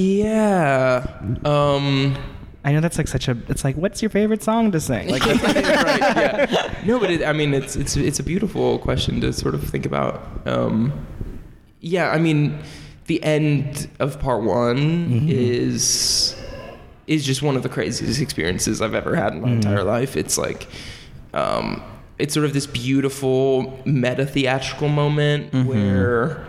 Speaker 1: yeah. Um,
Speaker 4: I know that's like such a. It's like, what's your favorite song to sing? [LAUGHS] Like,
Speaker 1: right, [LAUGHS] yeah. No, but it, I mean, it's it's it's a beautiful question to sort of think about. Um, yeah, I mean, the end of part one is is just one of the craziest experiences I've ever had in my entire life. It's like, um, it's sort of this beautiful meta theatrical moment where,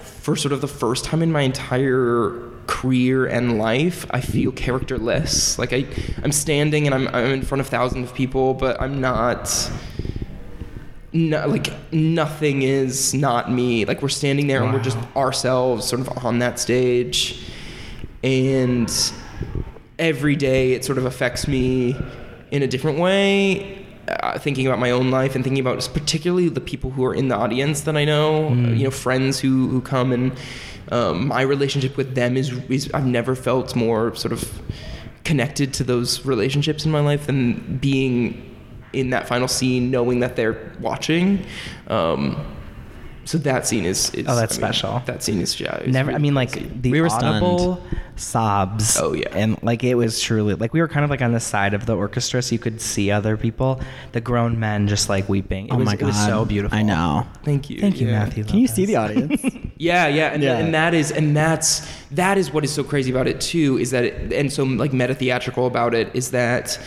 Speaker 1: for sort of the first time in my entire career and life, I feel characterless. Like I, I'm standing and I'm I'm in front of thousands of people, but I'm not no, like nothing is not me. Like we're standing there and we're just ourselves, sort of on that stage, and every day it sort of affects me in a different way. Uh, thinking about my own life and thinking about particularly the people who are in the audience that I know, uh, you know, friends who who come and um, my relationship with them is is I've never felt more sort of connected to those relationships in my life than being in that final scene, knowing that they're watching. Um, so that scene is, is
Speaker 4: Oh, that's
Speaker 1: I mean,
Speaker 4: special.
Speaker 1: That scene is yeah. it's
Speaker 4: never. I
Speaker 1: really
Speaker 4: mean,
Speaker 1: crazy.
Speaker 4: like the
Speaker 3: We were stunned.
Speaker 4: audible sobs.
Speaker 1: Oh, yeah.
Speaker 4: And like it was truly like we were kind of like on the side of the orchestra, so you could see other people, the grown men just like weeping. It
Speaker 3: oh
Speaker 4: was,
Speaker 3: my
Speaker 4: it
Speaker 3: god,
Speaker 4: was so beautiful.
Speaker 3: I know.
Speaker 1: thank you,
Speaker 4: Thank you,
Speaker 1: yeah.
Speaker 4: Matthew.
Speaker 3: Can you see
Speaker 4: Lopez.
Speaker 3: the [LAUGHS] audience?
Speaker 1: Yeah, yeah, and,
Speaker 3: Yeah.
Speaker 1: and that is and that's that is what is so crazy about it too is that it, and so like meta theatrical about it is that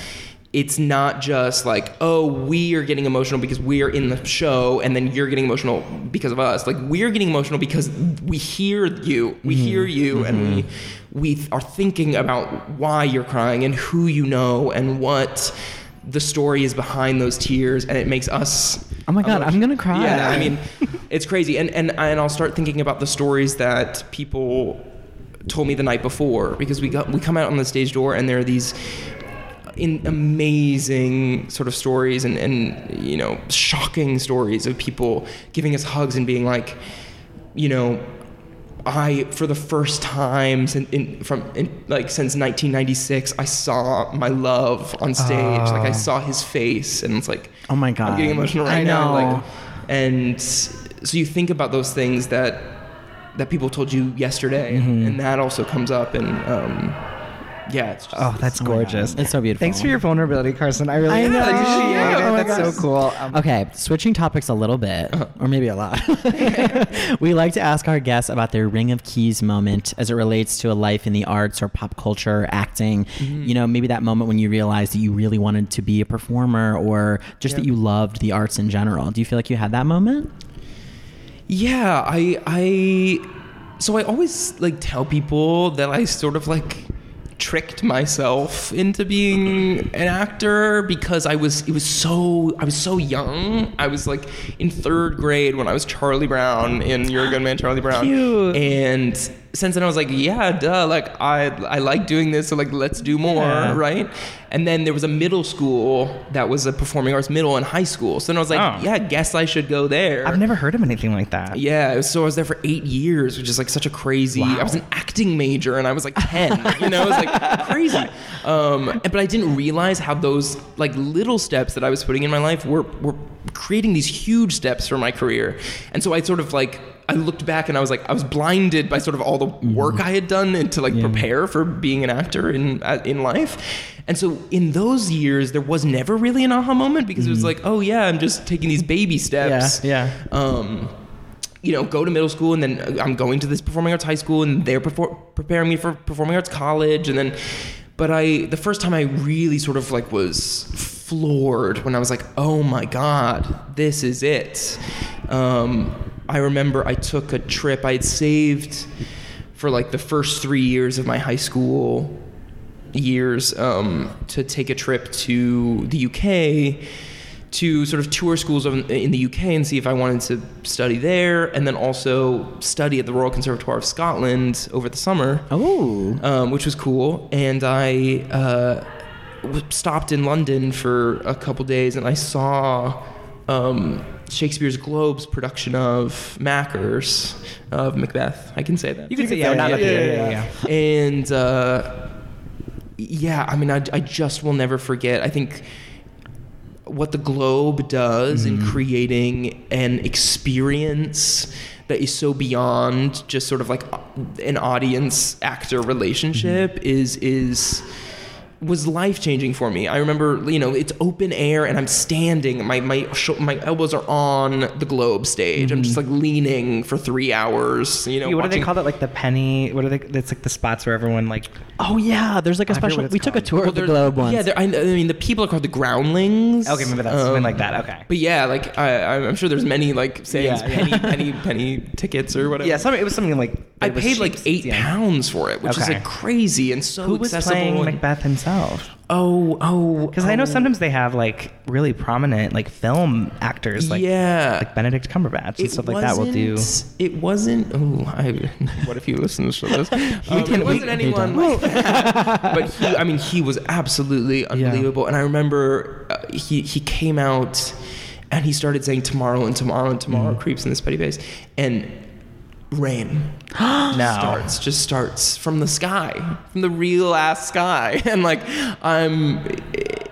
Speaker 1: it's not just like oh we are getting emotional because we are in the show and then you're getting emotional because of us like we're getting emotional because we hear you we hear you and we we th- are thinking about why you're crying and who you know and what the story is behind those tears and it makes us
Speaker 3: Oh my God, I'm
Speaker 1: emotional.
Speaker 3: gonna cry.
Speaker 1: yeah I mean it's crazy and and and I'll start thinking about the stories that people told me the night before because we got we come out on the stage door and there are these in amazing sort of stories and and you know shocking stories of people giving us hugs and being like you know I for the first time since in, from in, like since 1996 I saw my love on stage like
Speaker 3: Ah.
Speaker 1: I saw his face and it's like
Speaker 3: Oh my god,
Speaker 1: I'm getting emotional right
Speaker 3: I
Speaker 1: now.
Speaker 3: Know.
Speaker 1: Like, and so you think about those things
Speaker 3: Mm-hmm.
Speaker 1: that that people told you yesterday, and that also comes up. And um, Yeah, it's just.
Speaker 4: Oh, that's
Speaker 3: my God.
Speaker 4: gorgeous.
Speaker 3: It's so beautiful.
Speaker 4: Thanks for your vulnerability, Carson. I really
Speaker 3: I know.
Speaker 4: appreciate
Speaker 1: Yeah,
Speaker 4: it.
Speaker 1: oh my
Speaker 4: that's so cool. Um,
Speaker 3: Okay, switching topics a little bit,
Speaker 4: Uh-huh.
Speaker 3: or maybe a lot. [LAUGHS] we like to ask our guests about their ring of keys moment as it relates to a life in the arts or pop culture, acting.
Speaker 4: Mm-hmm.
Speaker 3: You know, maybe that moment when you realized that you really wanted to be a performer or just that you loved the arts in general. Do you feel like you had that moment?
Speaker 1: Yeah, I I so I always like tell people that I sort of like tricked myself into being an actor because I was it was so I was so young. I was like in 3rd grade when I was Charlie Brown in You're a Good Man Charlie Brown.
Speaker 4: Cute.
Speaker 1: And since then I was like, yeah, duh, like I I like doing this, so like let's do more,
Speaker 4: Yeah.
Speaker 1: right? And then there was a middle school that was a performing arts middle and high school. So then I was like,
Speaker 4: Oh.
Speaker 1: yeah, I guess I should go there.
Speaker 4: I've never heard of anything like that.
Speaker 1: Yeah, it was- so I was there for eight years, which is like such a crazy. I was an acting major, and I was like ten. you know, it
Speaker 4: [LAUGHS]
Speaker 1: was like crazy. Um, and- but I didn't realize how those like little steps that I was putting in my life were were creating these huge steps for my career. And so I sort of like I looked back and I was like I was blinded by sort of all the
Speaker 4: Mm-hmm.
Speaker 1: work I had done and to like prepare for being an actor in uh, in life. And so in those years, there was never really an aha moment because it was like, oh yeah, I'm just taking these baby steps
Speaker 4: Mm-hmm. yeah.
Speaker 1: um, you know, go to middle school and then uh, I'm going to this performing arts high school and they're perfor- preparing me for performing arts college and then but I the first time I really sort of like was floored when I was like, "Oh my god, this is it." Um, I remember I took a trip. I had saved for like the first 3 years of my high school years um, to take a trip to the UK to sort of tour schools of- in the UK and see if I wanted to study there, and then also study at the Royal Conservatoire of Scotland over the summer
Speaker 3: Oh,
Speaker 1: um, which was cool. And I uh, w- stopped in London for a couple days, and I saw um, Shakespeare's Globes production of Macker's of Macbeth. I can say that.
Speaker 4: You can You say- can yeah, say not that. Macbeth. Yeah, yeah,
Speaker 1: And uh, yeah, I mean, I, I just will never forget. I think what the globe does in
Speaker 3: Mm-hmm.
Speaker 1: creating an experience that is so beyond just sort of like uh, an audience actor relationship
Speaker 3: Mm-hmm.
Speaker 1: is is was life changing for me. I remember, you know, it's open air and I'm standing. My my sho my elbows are on the globe stage. I'm just like
Speaker 3: Mm-hmm.
Speaker 1: leaning for three hours. You know,
Speaker 4: Yeah, what do they
Speaker 1: watching-
Speaker 4: call that? Like the penny? What are they? It's like the spots where everyone like.
Speaker 3: oh yeah. There's like a
Speaker 4: I forget
Speaker 3: special.
Speaker 4: what it's
Speaker 3: We took a
Speaker 4: called.
Speaker 3: tour
Speaker 1: Well,
Speaker 3: of the
Speaker 1: they're-
Speaker 3: Globe once.
Speaker 1: Yeah, they're- I, I mean the people are called the groundlings.
Speaker 4: Okay, maybe that's something
Speaker 1: Um,
Speaker 4: like that. Okay.
Speaker 1: But yeah, like I, I'm sure there's many like sayings,
Speaker 4: Yeah, yeah.
Speaker 1: penny, penny, penny tickets or whatever.
Speaker 4: yeah, something, it was something like.
Speaker 1: I
Speaker 4: it was
Speaker 1: paid like
Speaker 4: cheap,
Speaker 1: eight
Speaker 4: yeah.
Speaker 1: pounds for it, which is
Speaker 4: Okay.
Speaker 1: like crazy and so
Speaker 4: Who was
Speaker 1: accessible.
Speaker 4: playing
Speaker 1: and-
Speaker 4: Macbeth himself?
Speaker 1: Oh, oh,
Speaker 4: Because I know
Speaker 1: oh.
Speaker 4: sometimes they have like really prominent like film actors like
Speaker 1: yeah,
Speaker 4: like Benedict Cumberbatch and
Speaker 1: It
Speaker 4: stuff like that will do.
Speaker 1: wasn't- It wasn't. Oh, I, [LAUGHS] what if he listens
Speaker 4: [LAUGHS]
Speaker 1: to this? Um,
Speaker 4: can-
Speaker 1: it wasn't
Speaker 4: he- he
Speaker 1: anyone.
Speaker 4: [LAUGHS]
Speaker 1: Like that. but he, I mean, he was absolutely unbelievable. And I remember uh, he he came out and he started saying tomorrow and tomorrow and tomorrow
Speaker 4: Mm-hmm.
Speaker 1: creeps in this petty base and rain [GASPS]
Speaker 4: No.
Speaker 1: starts just starts from the sky from the real ass sky [LAUGHS] and like i'm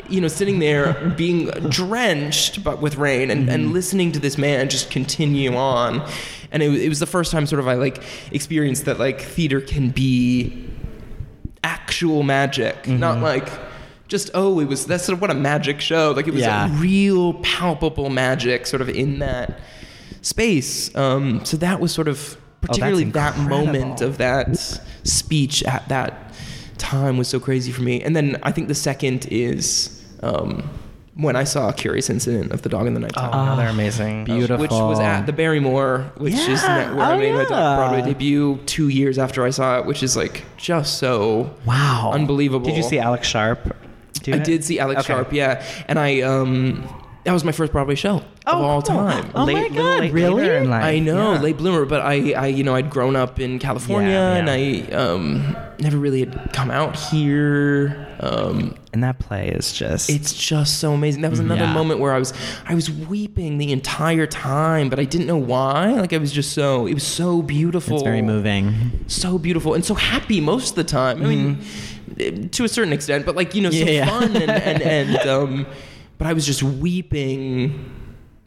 Speaker 1: you know sitting there being drenched but with rain and,
Speaker 4: Mm-hmm.
Speaker 1: and listening to this man just continue on and it, wa- it was the first time sort of i like experienced that like theater can be actual magic
Speaker 4: Mm-hmm.
Speaker 1: not like just oh it was that's sort of what a magic show like it was
Speaker 3: Yeah.
Speaker 1: a real palpable magic sort of in that space um, so that was sort of
Speaker 4: Oh, that's
Speaker 1: particularly that moment
Speaker 4: incredible.
Speaker 1: of that speech at that time was so crazy for me. And then I think the second is um, when I saw a curious incident of the dog in the nighttime.
Speaker 4: Oh, no, they're amazing.
Speaker 3: beautiful.
Speaker 1: Which was at the Barrymore, which is
Speaker 3: Yeah.
Speaker 1: ne- where
Speaker 3: Oh,
Speaker 1: I made my
Speaker 3: yeah.
Speaker 1: my Broadway debut two years after I saw it, which is like just so
Speaker 3: Wow.
Speaker 1: unbelievable.
Speaker 4: Did you see Alex Sharp? Do
Speaker 1: I
Speaker 4: it?
Speaker 1: did see Alex
Speaker 4: Okay.
Speaker 1: Sharp, yeah, and I um, that was my first Broadway show of all
Speaker 3: cool.
Speaker 1: time.
Speaker 3: Oh my
Speaker 4: Late- little
Speaker 3: God,
Speaker 4: late-
Speaker 3: really?
Speaker 4: later in life,
Speaker 1: I know,
Speaker 4: yeah.
Speaker 1: late bloomer, but I, I, you know, I'd grown up in California
Speaker 4: Yeah,
Speaker 1: and I um, never really had come out here. Um,
Speaker 4: And that play is just.
Speaker 1: it's just so amazing. That was another
Speaker 3: Yeah.
Speaker 1: moment where I was, I was weeping the entire time, but I didn't know why. Like I was just so, it was so beautiful.
Speaker 3: It's very moving.
Speaker 1: So beautiful and so happy most of the time. I mean, eh, to a certain extent, but like you know, so
Speaker 3: Yeah, yeah.
Speaker 1: fun and and, and um, but I was just weeping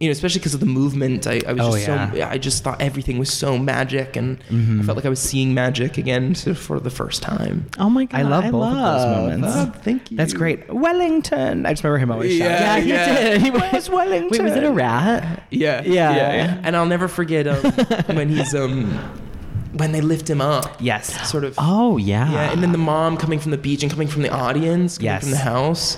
Speaker 1: you know, especially because of the movement. I, I was
Speaker 4: Oh,
Speaker 1: just
Speaker 4: yeah.
Speaker 1: so yeah, I just thought everything was so magic, and I felt like I was seeing magic again [LAUGHS] so- for the first time.
Speaker 3: Oh my god,
Speaker 4: I love both of those moments.
Speaker 1: Oh, thank you.
Speaker 4: That's great. Wellington. I just remember him always shouting.
Speaker 1: Yeah,
Speaker 3: Yeah, he
Speaker 1: yeah.
Speaker 3: did. He
Speaker 4: Where's Wellington?
Speaker 3: Wait, was it a rat?
Speaker 1: Yeah,
Speaker 3: Yeah.
Speaker 1: And I'll never forget um, when he's um, when they lift him up.
Speaker 4: Yes.
Speaker 1: [GASPS] Sort of.
Speaker 3: Oh yeah.
Speaker 1: Yeah, and then the mom coming from the beach and coming from the audience, coming
Speaker 4: Ah. Yes.
Speaker 1: from the house.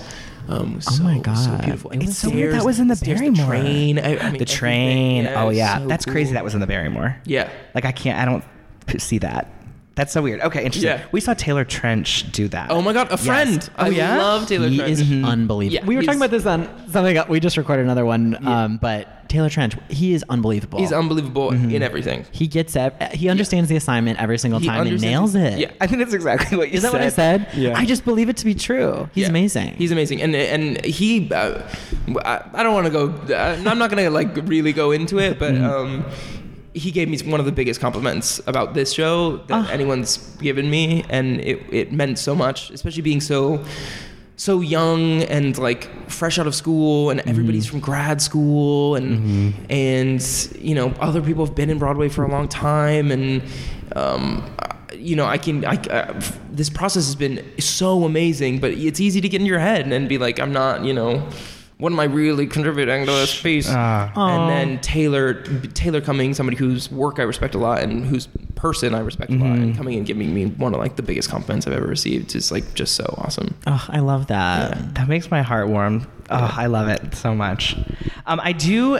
Speaker 1: Um, was
Speaker 3: Oh
Speaker 1: so,
Speaker 3: my
Speaker 1: so
Speaker 3: God.
Speaker 1: beautiful.
Speaker 3: It was so weird
Speaker 1: stairs-
Speaker 4: that was in the
Speaker 1: stairs,
Speaker 4: Barrymore.
Speaker 1: The train, I, I mean, everything.
Speaker 4: The train. oh
Speaker 1: it's
Speaker 4: yeah,
Speaker 1: so
Speaker 4: that's
Speaker 1: cool.
Speaker 4: crazy. That was in the Barrymore.
Speaker 1: yeah,
Speaker 4: Like I can't. I don't p- see that. That's so weird. Okay, interesting.
Speaker 1: Yeah.
Speaker 4: We saw Taylor Trench do that.
Speaker 1: Oh my God, a
Speaker 4: Yes.
Speaker 1: friend.
Speaker 4: Oh
Speaker 1: I
Speaker 4: yeah.
Speaker 1: love Taylor
Speaker 3: he
Speaker 1: Swift.
Speaker 3: is unbelievable.
Speaker 1: Yeah,
Speaker 3: Mm-hmm. we were
Speaker 1: he's-
Speaker 3: talking about this on something. else- We just recorded another one, um, but Taylor Trench, he is unbelievable.
Speaker 1: He's unbelievable
Speaker 4: Mm-hmm.
Speaker 1: in everything.
Speaker 3: He gets up. He understands the assignment every single
Speaker 1: He
Speaker 3: time and nails
Speaker 1: understands-
Speaker 3: it.
Speaker 1: Yeah.
Speaker 4: I think that's exactly what you
Speaker 3: Is that
Speaker 4: said.
Speaker 3: what I said?
Speaker 4: Yeah.
Speaker 3: I just believe it to be true. He's
Speaker 1: Yeah.
Speaker 3: amazing.
Speaker 1: He's amazing, and and he, uh, I, I don't want to go. Uh, I'm not gonna like really go into it, but
Speaker 4: Mm-hmm.
Speaker 1: um, he gave me one of the biggest compliments about this show that
Speaker 3: Ah.
Speaker 1: anyone's given me, and it it meant so much, especially being so. So young and like fresh out of school, and everybody's from grad school, and and you know other people have been in Broadway for a long time, and um, you know, I can, I, uh, this process has been so amazing, but it's easy to get in your head and be like, I'm not, you know, what am I really contributing to this piece?
Speaker 4: Ah.
Speaker 3: Aw.
Speaker 1: and then Taylor, Taylor Cummings, somebody whose work I respect a lot and whose person I respect a lot, and coming and giving me one of like the biggest compliments I've ever received is like just so awesome.
Speaker 3: oh, I love that.
Speaker 4: That makes my heart warm. Oh, I love it so much. Um, I do,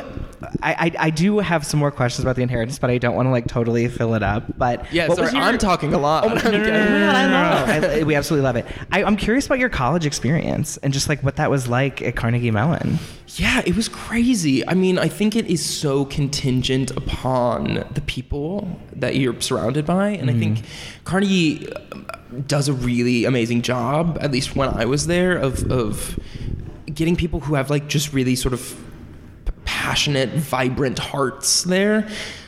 Speaker 4: I, I, I do have some more questions about the inheritance, but I don't want to like totally fill it up. But
Speaker 1: Yeah,
Speaker 4: what
Speaker 1: sorry,
Speaker 4: was your-
Speaker 1: [LAUGHS] I'm talking a lot.
Speaker 4: Oh, no, no, no, no, no, no, no,
Speaker 3: I love
Speaker 4: no, no, no. I- we absolutely love it. I, I'm curious about your college experience and just like what that was like at Carnegie Mellon.
Speaker 1: Yeah, it was crazy. I mean, I think it is so contingent upon the people that you're surrounded by. And I think Carnegie um, does a really amazing job, at least when I was there, of, of getting people who have like just really sort of p- passionate, vibrant hearts there.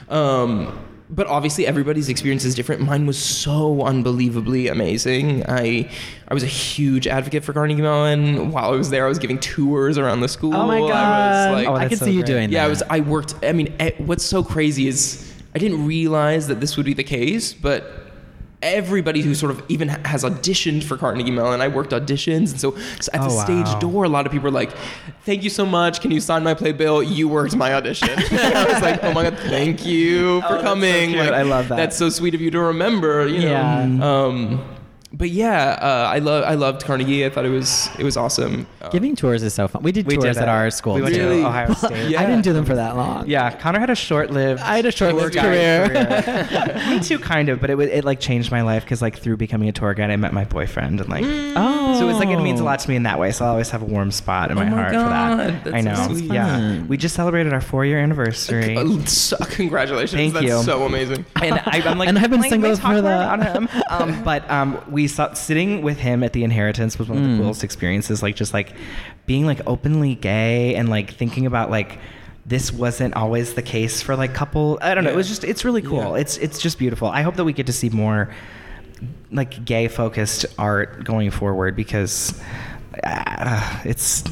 Speaker 1: Um, but obviously, everybody's experience is different. Mine was so unbelievably amazing. I I was a huge advocate for Carnegie Mellon. While I was there, I was giving tours around the school.
Speaker 3: Oh my
Speaker 1: I
Speaker 3: god!
Speaker 1: was like,
Speaker 4: Oh,
Speaker 3: I
Speaker 4: that's
Speaker 3: can
Speaker 4: so
Speaker 3: see you
Speaker 4: great.
Speaker 3: doing that.
Speaker 1: yeah, I was. I worked. I mean, eh, what's so crazy is I didn't realize that this would be the case, but everybody who sort of even ha- has auditioned for Carnegie Mellon, I worked auditions, and so, so at the
Speaker 4: Oh, wow.
Speaker 1: stage door, a lot of people were like, "Thank you so much. Can you sign my playbill? You worked my audition." [LAUGHS] I was like, "Oh my god, thank
Speaker 3: Oh,
Speaker 1: you for
Speaker 4: that's so
Speaker 1: coming.
Speaker 4: cute.
Speaker 1: Like,
Speaker 4: I love that.
Speaker 1: That's so sweet of you to remember." You know.
Speaker 3: Yeah.
Speaker 1: Um, but yeah, uh, I love I loved Carnegie. I thought it was it was awesome. Uh,
Speaker 3: Giving tours is so fun. We did tours at our school.
Speaker 4: We went
Speaker 3: too. [LAUGHS]
Speaker 1: Really?
Speaker 4: to Ohio [LAUGHS] State.
Speaker 1: Yeah.
Speaker 3: I didn't do them for that long.
Speaker 4: Yeah, Connor had a short-lived.
Speaker 3: I had a short-lived
Speaker 4: tour
Speaker 3: career.
Speaker 4: guide
Speaker 3: [LAUGHS]
Speaker 4: career. Me too, kind of, but it wa- it like changed my life because like through becoming a tour guide, I met my boyfriend and like
Speaker 3: Oh,
Speaker 4: So it's like it means a lot to me in that way. So I always have a warm spot in my,
Speaker 1: my
Speaker 4: heart for that.
Speaker 1: God, that's
Speaker 4: I know.
Speaker 1: so sweet.
Speaker 4: Yeah.
Speaker 3: Fun.
Speaker 4: We just celebrated our four year anniversary.
Speaker 1: uh, so- [LAUGHS] congratulations.
Speaker 4: Thank
Speaker 1: that's
Speaker 4: you.
Speaker 1: so amazing.
Speaker 4: and I, I'm
Speaker 1: [LAUGHS]
Speaker 4: like,
Speaker 3: And I've been
Speaker 4: like,
Speaker 3: single
Speaker 4: my talk
Speaker 3: for the-
Speaker 4: word on
Speaker 3: [LAUGHS]
Speaker 4: him. Um, but um, we saw sitting with him at the inheritance was one of
Speaker 3: Mm.
Speaker 4: the coolest experiences. Like just like being like openly gay and like thinking about like this wasn't always the case for like couple. I don't know. It
Speaker 1: Yeah.
Speaker 4: was just it's really cool.
Speaker 1: Yeah.
Speaker 4: It's it's just beautiful. I hope that we get to see more like gay focused art going forward because uh, it's.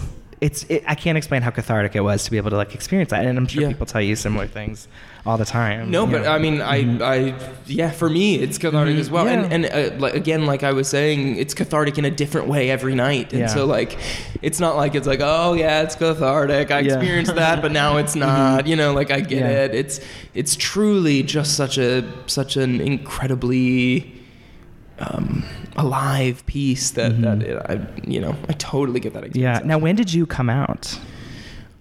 Speaker 4: It's. It, I can't explain how cathartic it was to be able to like experience that, and I'm sure
Speaker 1: Yeah.
Speaker 4: people tell you similar things all the time.
Speaker 1: No,
Speaker 4: you
Speaker 1: but
Speaker 4: know.
Speaker 1: I mean, I, I, yeah, for me, it's cathartic as well.
Speaker 4: Mm-hmm. Yeah.
Speaker 1: And, and uh, like, again, like I was saying, it's cathartic in a different way every night. And
Speaker 4: Yeah.
Speaker 1: so, like, it's not like it's like, oh yeah, it's cathartic.
Speaker 4: Yeah.
Speaker 1: I
Speaker 4: Mm-hmm.
Speaker 1: experienced that, but now
Speaker 4: [LAUGHS]
Speaker 1: it's not. You know, like I get
Speaker 4: Yeah.
Speaker 1: it. It's, it's truly just such a, such an incredibly. Um, alive piece that that it, I you know I totally get that experience.
Speaker 4: Mm-hmm. Yeah. Now, when did you come out?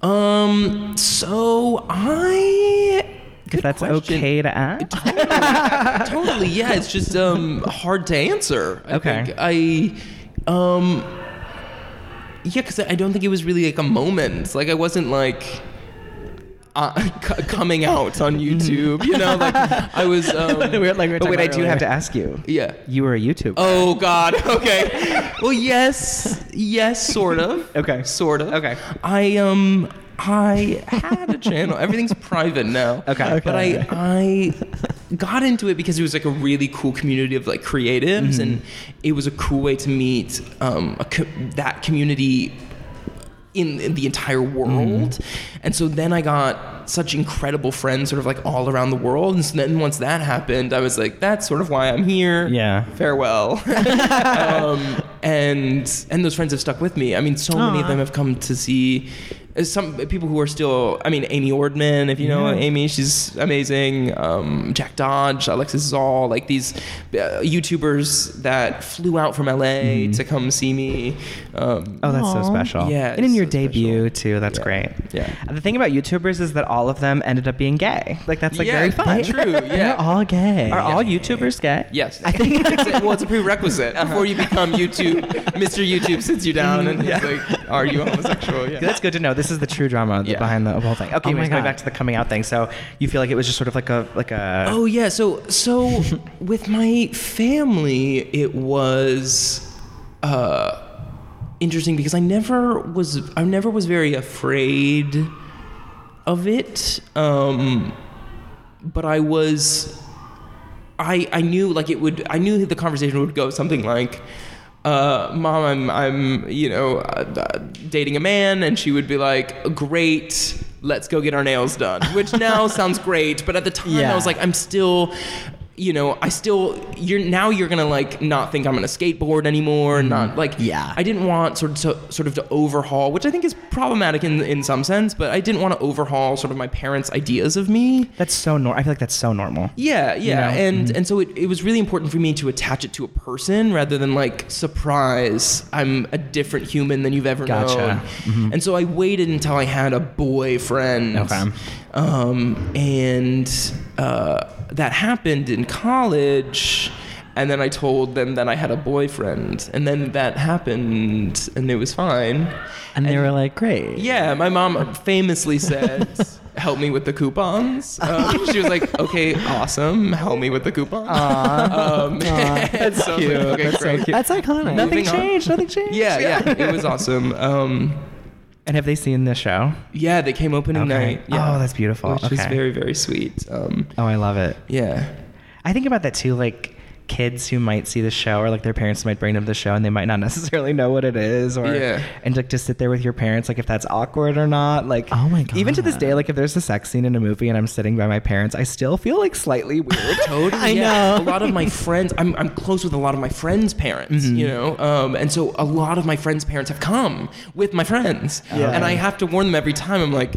Speaker 1: Um. So I.
Speaker 4: Because
Speaker 1: good
Speaker 4: that's
Speaker 1: question.
Speaker 4: okay to ask.
Speaker 1: [LAUGHS] totally yeah it's just um hard to answer I
Speaker 4: Okay.
Speaker 1: think. i um yeah because i don't think it was really like a moment like i wasn't like uh, [LAUGHS] c- coming out on
Speaker 4: Mm-hmm.
Speaker 1: youtube you know like i was
Speaker 4: [LAUGHS]
Speaker 1: um
Speaker 3: like we were
Speaker 4: But wait, I
Speaker 3: talking
Speaker 4: do
Speaker 3: about
Speaker 4: have to
Speaker 3: earlier.
Speaker 4: ask you.
Speaker 1: yeah
Speaker 4: You were a YouTuber. [LAUGHS]
Speaker 1: oh god okay well yes yes sort of
Speaker 4: Okay.
Speaker 1: sort of
Speaker 4: Okay.
Speaker 1: i um i had a channel everything's private now
Speaker 4: [LAUGHS] Okay. Okay.
Speaker 1: but i i got into it because it was like a really cool community of like creatives
Speaker 4: Mm-hmm.
Speaker 1: and it was a cool way to meet um a co- that community in, in the entire world.
Speaker 4: Mm-hmm.
Speaker 1: And so then I got such incredible friends sort of like all around the world. And so then once that happened, I was like, that's sort of why I'm here.
Speaker 4: Yeah.
Speaker 1: Farewell. um, and and those friends have stuck with me. I mean, so many of
Speaker 3: Aw.
Speaker 1: them have come to see uh, some people who are still. I mean, Amy Ordman, if you know Amy, she's amazing. Um, Jack Dodge, Alexis Zoll, like these uh, YouTubers that flew out from LA to come see me. Um,
Speaker 4: Oh, that's
Speaker 3: Aw.
Speaker 4: so special.
Speaker 1: Yeah,
Speaker 4: And in
Speaker 1: it's
Speaker 4: your
Speaker 1: so
Speaker 4: debut, too. That's
Speaker 1: Yeah.
Speaker 4: great.
Speaker 1: Yeah.
Speaker 4: The thing about YouTubers is that all of them ended up being gay. Like, that's like
Speaker 1: Yeah,
Speaker 4: very fun. [LAUGHS]
Speaker 1: true, yeah.
Speaker 3: They're all gay.
Speaker 4: Are all
Speaker 1: Yeah.
Speaker 4: YouTubers gay?
Speaker 1: Yes, I think [LAUGHS] it's a, well, it's a prerequisite before you become YouTube. Mr. YouTube sits you down and he's like, "Are you homosexual?" Yeah.
Speaker 4: That's good to know. This is the true drama
Speaker 1: Yeah.
Speaker 4: behind the whole thing. Okay,
Speaker 3: Oh
Speaker 4: anyways,
Speaker 3: my
Speaker 4: going
Speaker 3: God.
Speaker 4: back to the coming out thing. So you feel like it was just sort of like a like a
Speaker 1: Oh yeah, so so with my family it was uh interesting because I never was I never was very afraid of it. Um but I was I I knew like it would I knew the conversation would go something like uh, mom, I'm, I'm, you know, uh, uh, dating a man, and she would be like, "Great, let's go get our nails done,"
Speaker 3: [LAUGHS]
Speaker 1: which now sounds great, but at the time I
Speaker 3: Yeah.
Speaker 1: was like, "I'm still, you know, I still, you're now you're gonna like not think I'm gonna skateboard anymore, not like,
Speaker 3: Mm, Yeah.
Speaker 1: I didn't want sort of to, sort of to overhaul, which I think is problematic in in some sense, but I didn't want to overhaul sort of my parents' ideas of me.
Speaker 4: That's so normal. I feel like that's so normal.
Speaker 1: Yeah, yeah,
Speaker 4: know? Mm-hmm.
Speaker 1: and and so it, it was really important for me to attach it to a person rather than like surprise. I'm a different human than you've ever
Speaker 4: Gotcha. Mm-hmm.
Speaker 1: known. And so I waited until I had a boyfriend.
Speaker 4: Okay.
Speaker 1: Um, and uh, that happened in college. And then I told them that I had a boyfriend, and then that happened, and it was fine.
Speaker 3: [LAUGHS] and they were like, great.
Speaker 1: Yeah, my mom famously
Speaker 4: [LAUGHS]
Speaker 1: said, "Help me with the coupons." Um, she was like, "Okay, awesome. Help me with the coupons." Um, [LAUGHS] that's so cute. okay,
Speaker 4: That's so
Speaker 1: great.
Speaker 4: cute.
Speaker 3: That's iconic.
Speaker 1: Moving
Speaker 4: Nothing
Speaker 1: on.
Speaker 4: changed. Nothing changed.
Speaker 1: Yeah, yeah, it was awesome. Um,
Speaker 4: And have they seen the show?
Speaker 1: yeah, they came opening
Speaker 4: Okay.
Speaker 1: night. Yeah,
Speaker 4: Oh, that's beautiful.
Speaker 1: Which is
Speaker 4: Okay.
Speaker 1: very, very sweet. Um,
Speaker 4: Oh, I love it.
Speaker 1: yeah.
Speaker 4: I think about that too, like kids who might see the show or like their parents might bring them the show and they might not [LAUGHS] necessarily know what it is or
Speaker 1: Yeah.
Speaker 4: and like to sit there with your parents like if that's awkward or not like
Speaker 3: Oh my
Speaker 4: even to this
Speaker 3: God.
Speaker 4: day like if there's a sex scene in a movie and i'm sitting by my parents i still feel like slightly
Speaker 1: [LAUGHS]
Speaker 4: weird
Speaker 1: Totally.
Speaker 3: I
Speaker 1: yeah.
Speaker 3: know.
Speaker 1: A lot of my friends, I'm, I'm close with a lot of my friends' parents,
Speaker 3: Mm-hmm.
Speaker 1: you know? Um, and so a lot of my friends' parents have come with my friends.
Speaker 4: Yeah.
Speaker 1: And I have to warn them every time. I'm like,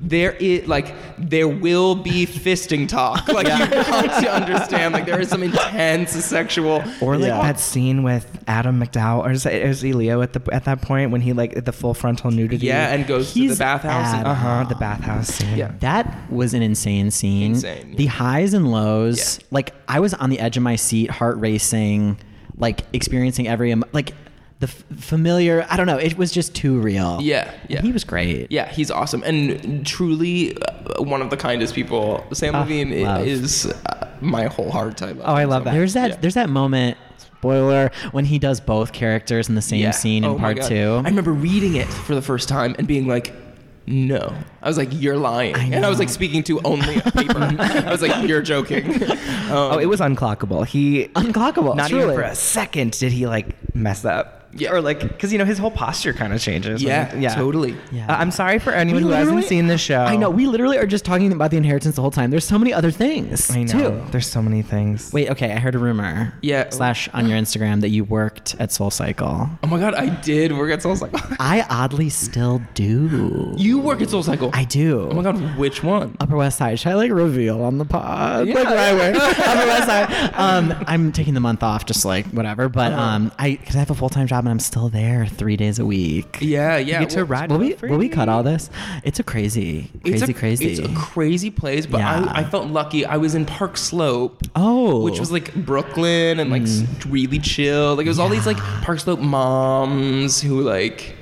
Speaker 1: there is like there will be fisting talk. Like you got to understand. Like there is some intense sexual
Speaker 4: Or like
Speaker 3: Yeah.
Speaker 4: that scene with Adam McDowell, or is it, is it Leo at the at that point when he like the full frontal nudity?
Speaker 1: yeah, and goes to the
Speaker 3: He's
Speaker 1: bathhouse. and- uh-huh.
Speaker 3: at-
Speaker 4: uh huh, the bathhouse scene.
Speaker 1: Yeah.
Speaker 3: That was an insane scene.
Speaker 1: Insane,
Speaker 3: The
Speaker 1: yeah.
Speaker 3: highs and lows.
Speaker 1: Yeah.
Speaker 3: Like I was on the edge of my seat, heart racing, like experiencing every emo- like the f- familiar. I don't know. It was just too real.
Speaker 1: Yeah,
Speaker 3: And
Speaker 1: yeah.
Speaker 3: He was great.
Speaker 1: Yeah, he's awesome and truly uh, one of the kindest people. Sam
Speaker 3: Ah,
Speaker 1: Levine i-
Speaker 3: love.
Speaker 1: is uh, my whole heart type.
Speaker 4: Oh, I love that.
Speaker 3: There's that.
Speaker 1: Yeah.
Speaker 3: There's that moment. Spoiler: when he does both characters in the same
Speaker 1: Yeah.
Speaker 3: scene in
Speaker 1: Oh my
Speaker 3: part
Speaker 1: God.
Speaker 3: two.
Speaker 1: I remember reading it for the first time and being like, no. I was like, you're lying.
Speaker 3: I
Speaker 1: and I was like
Speaker 3: know.
Speaker 1: speaking to only a
Speaker 3: [LAUGHS]
Speaker 1: paper. I was like, you're joking. Um,
Speaker 4: Oh, it was unclockable. He
Speaker 3: Unclockable.
Speaker 4: Not even
Speaker 3: truly.
Speaker 4: for a second did he like mess up.
Speaker 1: Yeah.
Speaker 4: Or like, because you know his whole posture kind of changes. when
Speaker 1: Yeah,
Speaker 4: he-
Speaker 1: totally.
Speaker 3: Yeah.
Speaker 4: Uh, I'm sorry for anyone who hasn't
Speaker 3: literally-
Speaker 4: seen the show.
Speaker 3: I know. We literally are just talking about the inheritance the whole time. There's so many other things
Speaker 4: I know.
Speaker 3: too.
Speaker 4: There's so many things.
Speaker 3: Wait, okay, I heard a rumor.
Speaker 1: Yeah.
Speaker 3: Slash on your Instagram that you worked at Soul Cycle.
Speaker 1: Oh my God, I did work at SoulCycle.
Speaker 3: I oddly still do.
Speaker 1: [LAUGHS] you work at SoulCycle.
Speaker 3: I do.
Speaker 1: Oh my God, which one?
Speaker 3: Upper West Side. Should I like reveal on the pod?
Speaker 1: Yeah.
Speaker 3: Like where I work. [LAUGHS] Upper West Side. Um, I'm taking the month off, just like whatever. But um, I because I have a full time job and I'm still there three days a week.
Speaker 1: Yeah, yeah.
Speaker 4: get to
Speaker 1: well,
Speaker 4: ride
Speaker 3: Will
Speaker 4: for
Speaker 3: we
Speaker 4: free.
Speaker 3: will we cut all this? It's a crazy,
Speaker 1: it's
Speaker 3: crazy,
Speaker 1: a,
Speaker 3: crazy.
Speaker 1: It's a crazy place, but
Speaker 3: Yeah.
Speaker 1: I, I felt lucky. I was in Park Slope.
Speaker 3: oh,
Speaker 1: which was like Brooklyn and like
Speaker 3: Mm.
Speaker 1: s really chill. Like it was all these like Park Slope moms who like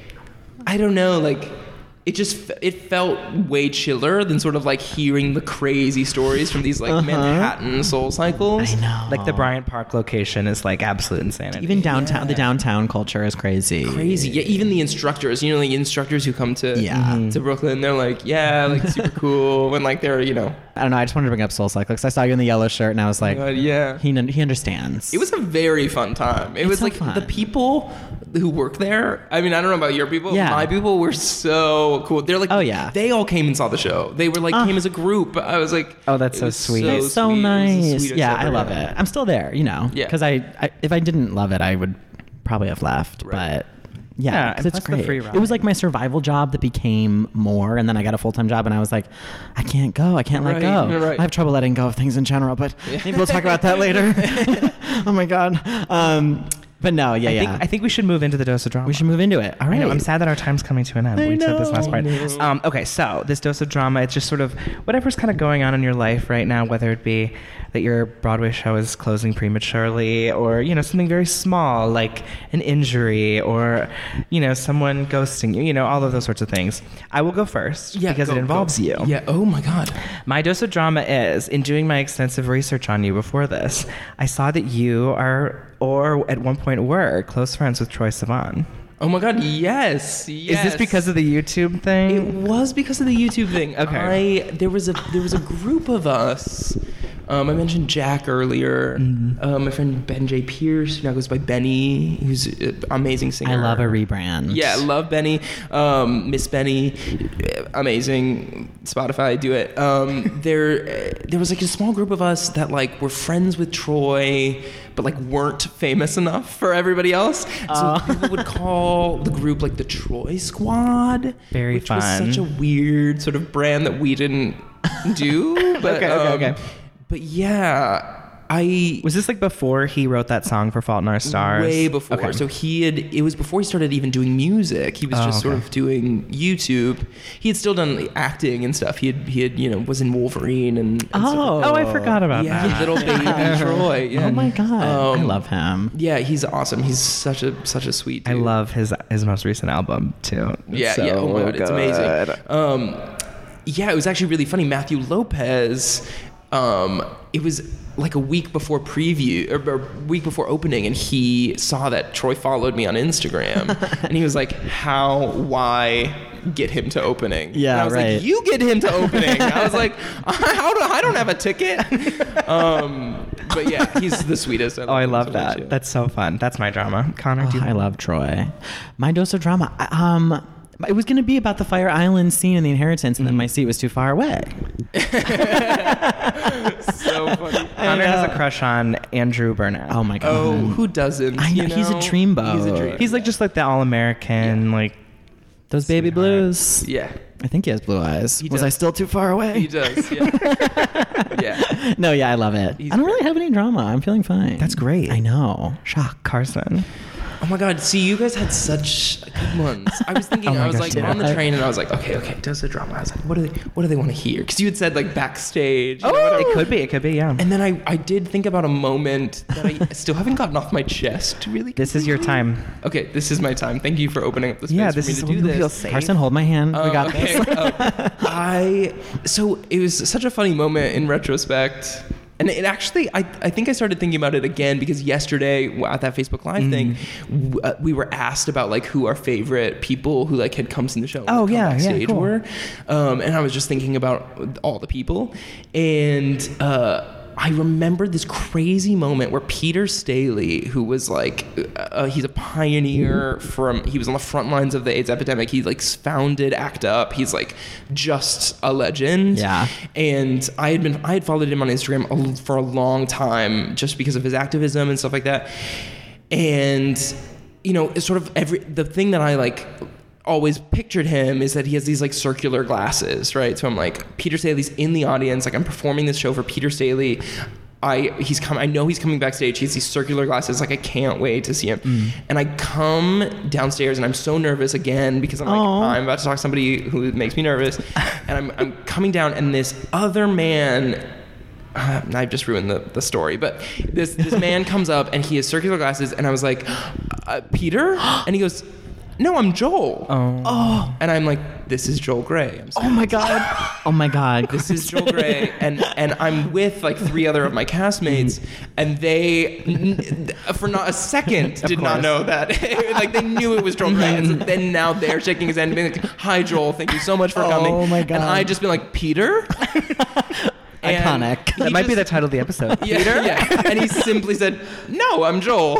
Speaker 1: I don't know like it just f- it felt way chiller than sort of like hearing the crazy stories from these like Manhattan soul cycles.
Speaker 3: Uh-huh. I know.
Speaker 4: Like the Bryant Park location is like absolute insanity.
Speaker 3: even downtown, the downtown culture is crazy.
Speaker 1: crazy. Yeah, even the instructors, you know, the instructors who come to
Speaker 3: Yeah. Mhm.
Speaker 1: to Brooklyn, they're like, yeah, like
Speaker 3: [LAUGHS]
Speaker 1: super cool, and like they're you know,
Speaker 3: I don't know. I just wanted to bring up Soul Cycle 'cause I saw you in the yellow shirt and I was like,
Speaker 1: uh, yeah.
Speaker 3: he un- he understands.
Speaker 1: It was a very fun time. It was
Speaker 3: so
Speaker 1: like
Speaker 3: fun.
Speaker 1: the people who work there. I mean, I don't know about your people.
Speaker 3: Yeah.
Speaker 1: My people were so cool. They're like,
Speaker 3: Oh, yeah.
Speaker 1: They all came and saw the show. They were like,
Speaker 3: Ah.
Speaker 1: came as a group. I was like,
Speaker 4: Oh, that's
Speaker 1: it
Speaker 4: so
Speaker 1: was
Speaker 4: sweet.
Speaker 1: So,
Speaker 3: It's so
Speaker 1: sweet. It was the
Speaker 3: nice.
Speaker 1: sweetest
Speaker 3: yeah,
Speaker 1: I've
Speaker 3: I
Speaker 1: ever
Speaker 3: love
Speaker 1: had.
Speaker 3: it. I'm still there, you know.
Speaker 1: Yeah.
Speaker 3: Because I, I, if I didn't love it, I would probably have left.
Speaker 1: Right.
Speaker 3: But yeah,
Speaker 4: Yeah,
Speaker 3: 'cause
Speaker 4: and
Speaker 3: it's
Speaker 4: plus the
Speaker 3: great.
Speaker 4: free
Speaker 3: It was like my survival job that became more, and then I got a full time job, and I was like, I can't go. I can't
Speaker 1: Right,
Speaker 3: let go.
Speaker 1: right.
Speaker 3: I have trouble letting go of things in general, but maybe we'll talk about that
Speaker 1: [LAUGHS]
Speaker 3: later. [LAUGHS] oh my god. Um, but no, yeah,
Speaker 4: I,
Speaker 3: yeah.
Speaker 4: think, I think we should move into the dose of drama.
Speaker 3: we should move into it. All
Speaker 4: I
Speaker 3: right.
Speaker 4: know, I'm sad that our time's coming to an end.
Speaker 3: I
Speaker 4: we said this
Speaker 3: know.
Speaker 4: last part.
Speaker 3: I
Speaker 4: Um, okay, so this dose of drama, it's just sort of whatever's kind of going on in your life right now, whether it be that your Broadway show is closing prematurely or, you know, something very small like an injury or, you know, someone ghosting you, you know, all of those sorts of things. I will go first
Speaker 1: Yeah,
Speaker 4: because
Speaker 1: go,
Speaker 4: it
Speaker 1: go.
Speaker 4: involves you.
Speaker 1: Yeah. Oh my god.
Speaker 4: My dose of drama is in doing my extensive research on you before this, I saw that you are, or at one point were, close friends with Troy Sivan.
Speaker 1: Oh my god. Yes. Yes.
Speaker 4: Is this because of the YouTube thing?
Speaker 1: It was because of the YouTube thing.
Speaker 4: Okay.
Speaker 1: I, there was a there was a group of us. Um, I mentioned Jack earlier. Uh, my friend Ben J. Pierce, who now goes by Benny, who's an amazing singer.
Speaker 3: I love a rebrand.
Speaker 1: Yeah, love Benny. Um, Miss Benny, amazing. Spotify, do it. Um, there, [LAUGHS] uh, there was like a small group of us that like were friends with Troy, but like weren't famous enough for everybody else. So people
Speaker 4: [LAUGHS]
Speaker 1: would call the group like the Troy Squad.
Speaker 4: Very
Speaker 1: which
Speaker 4: fun.
Speaker 1: was such a weird sort of brand that we didn't
Speaker 4: [LAUGHS]
Speaker 1: do. But,
Speaker 4: Okay, okay,
Speaker 1: um,
Speaker 4: okay.
Speaker 1: But yeah, I
Speaker 4: Was this like before he wrote that song for Fault in Our Stars?
Speaker 1: Way before.
Speaker 4: Okay.
Speaker 1: So he had. It was before he started even doing music. He was
Speaker 4: Oh,
Speaker 1: just sort
Speaker 4: okay.
Speaker 1: of doing YouTube. He had still done like, acting and stuff. He had. He had. You know, was in Wolverine and. and stuff like
Speaker 3: Oh.
Speaker 4: oh, I forgot about
Speaker 1: yeah,
Speaker 4: that.
Speaker 1: little baby Troy. Yeah.
Speaker 3: Oh my god. I
Speaker 1: Um,
Speaker 3: love him.
Speaker 1: Yeah, he's awesome. He's such a such a sweet.
Speaker 4: I
Speaker 1: dude.
Speaker 4: love his his most recent album too. It's
Speaker 1: Yeah, yeah. Oh my
Speaker 4: so
Speaker 1: god, it's
Speaker 4: good.
Speaker 1: amazing. Um, yeah, it was actually really funny. Matthew Lopez. Um, it was like a week before preview or, or week before opening, and he saw that Troy followed me
Speaker 4: [LAUGHS]
Speaker 1: on Instagram, and he was like, "How? Why?" Get him to opening.
Speaker 3: Yeah,
Speaker 1: and I was
Speaker 3: right.
Speaker 1: like, you get him
Speaker 4: [LAUGHS]
Speaker 1: to opening. I was like, how do I don't have a ticket? Um, but yeah, he's the sweetest.
Speaker 4: Oh, I
Speaker 1: him
Speaker 4: love
Speaker 1: so much,
Speaker 4: that.
Speaker 1: yeah.
Speaker 4: That's so fun. That's my drama. Connor, do
Speaker 3: Oh,
Speaker 4: you
Speaker 3: I love Troy. My dose of drama. I- Um, it was going to be about the Fire Island scene in The Inheritance, and then
Speaker 1: Mm-hmm.
Speaker 3: my seat was too far away.
Speaker 4: [LAUGHS]
Speaker 1: [LAUGHS] so funny.
Speaker 4: Connor has a crush on Andrew Burnett.
Speaker 3: Oh my god.
Speaker 1: Oh, who doesn't?
Speaker 3: I
Speaker 1: you
Speaker 3: know, he's a
Speaker 1: know?
Speaker 3: dreamboat.
Speaker 1: He's a dream.
Speaker 4: He's like just like the all American, like
Speaker 3: Those baby
Speaker 4: Sweetheart.
Speaker 3: blues.
Speaker 1: yeah.
Speaker 3: I think he has blue eyes.
Speaker 1: He
Speaker 3: was
Speaker 1: does.
Speaker 3: I still too far away?
Speaker 1: He does, yeah.
Speaker 3: [LAUGHS]
Speaker 1: Yeah.
Speaker 3: no, yeah, I love it.
Speaker 1: He's
Speaker 3: I don't really have any drama. I'm feeling fine.
Speaker 4: That's great.
Speaker 3: I know.
Speaker 4: Shock Carson.
Speaker 1: Oh my god, see you guys had such good ones. I was thinking
Speaker 4: [LAUGHS] Oh my
Speaker 1: I was
Speaker 4: gosh,
Speaker 1: like
Speaker 4: yeah.
Speaker 1: on the train and I was like, okay, okay, does the drama. I was like, what do they what do they want to hear? Because you had said like backstage. you know, whatever.
Speaker 4: Oh, it could be. It could be. Yeah.
Speaker 1: Oh! And then I, I did think about a moment that I [LAUGHS] still haven't gotten off my chest, really.
Speaker 4: this is your time.
Speaker 1: okay, this is my time. Thank you for opening up the space
Speaker 4: Yeah,
Speaker 1: for
Speaker 4: this
Speaker 1: me
Speaker 4: is
Speaker 1: to
Speaker 4: when
Speaker 1: do
Speaker 4: you
Speaker 1: this.
Speaker 4: feel safe.
Speaker 3: Carson, hold my hand. we
Speaker 1: Um,
Speaker 3: got
Speaker 1: okay,
Speaker 3: this.
Speaker 1: um, [LAUGHS] I so it was such a funny moment in retrospect. And it actually, I, I think I started thinking about it again because yesterday w- at that Facebook Live thing, w- uh, we were asked about like who our favorite people who like had come seen the show. and
Speaker 4: Oh,
Speaker 1: had come
Speaker 4: yeah, yeah,
Speaker 1: backstage
Speaker 4: cool.
Speaker 1: were, um, and I was just thinking about all the people, and uh, I remembered this crazy moment where Peter Staley, who was like, uh, he's a pioneer from, he was on the front lines of the AIDS epidemic. He like founded ACT UP. He's like just a legend.
Speaker 3: Yeah.
Speaker 1: And I had been, I had followed him on Instagram a l- for a long time just because of his activism and stuff like that. And, you know, it's sort of every, the thing that I like, always pictured him is that he has these like circular glasses, right? So I'm like, Peter Staley's in the audience, like I'm performing this show for Peter Staley. I he's come I know he's coming backstage. He has these circular glasses, like I can't wait to see him. And I come downstairs and I'm so nervous again because I'm like,
Speaker 3: Aw.
Speaker 1: I'm about to talk to somebody who makes me nervous. and I'm I'm coming down and this other man uh, I've just ruined the, the story, but this this man comes up and he has circular glasses, and I was like, uh, Peter, and he goes, No, I'm Joel.
Speaker 4: Oh.
Speaker 1: And I'm like, this is Joel Gray. I'm
Speaker 3: Oh my
Speaker 1: [LAUGHS]
Speaker 3: god. Oh my god.
Speaker 1: this is Joel Gray, and and I'm with like three other of my castmates, and they, n- for not a second, did not
Speaker 4: course.
Speaker 1: know that. [LAUGHS] like they knew it was Joel
Speaker 4: [LAUGHS]
Speaker 1: Gray, and so then now they're shaking his hand, and being like, "Hi, Joel, thank you so much for
Speaker 3: Oh
Speaker 1: coming."
Speaker 3: my God.
Speaker 1: And I just been
Speaker 4: [LAUGHS]
Speaker 1: like, "Peter." And
Speaker 3: Iconic.
Speaker 1: he
Speaker 4: That might be the
Speaker 1: just-
Speaker 4: title of the episode.
Speaker 1: [LAUGHS] yeah, yeah. And he simply said, "No, I'm Joel."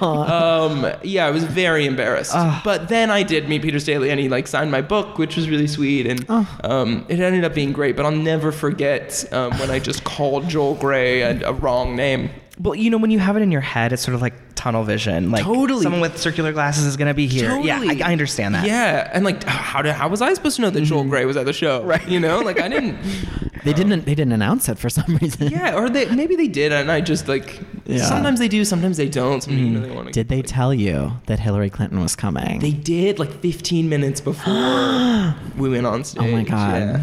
Speaker 1: um, yeah, I was very embarrassed. But then I did meet Peter Staley, and he like signed my book, which was really sweet, and um, it ended up being great. But I'll never forget um, when I just called Joel Gray a, a wrong name.
Speaker 4: Well, you know, when you have it in your head, it's sort of like tunnel vision. Like
Speaker 1: Totally.
Speaker 4: someone with circular glasses is gonna be here.
Speaker 1: Totally.
Speaker 4: Yeah, I, I understand that.
Speaker 1: Yeah, and like, how did how was I supposed to know that Joel Gray was at the show? Right. You know, like I didn't.
Speaker 3: They didn't. They didn't announce it for some reason.
Speaker 1: Yeah, or they maybe they did, and I just like.
Speaker 3: Yeah.
Speaker 1: Sometimes they do, sometimes they don't. Sometimes you know they want to.
Speaker 3: Did they tell you that Hillary Clinton was coming?
Speaker 1: They did like 15
Speaker 4: [GASPS]
Speaker 1: minutes before we went on stage.
Speaker 3: Oh my God.
Speaker 1: Yeah.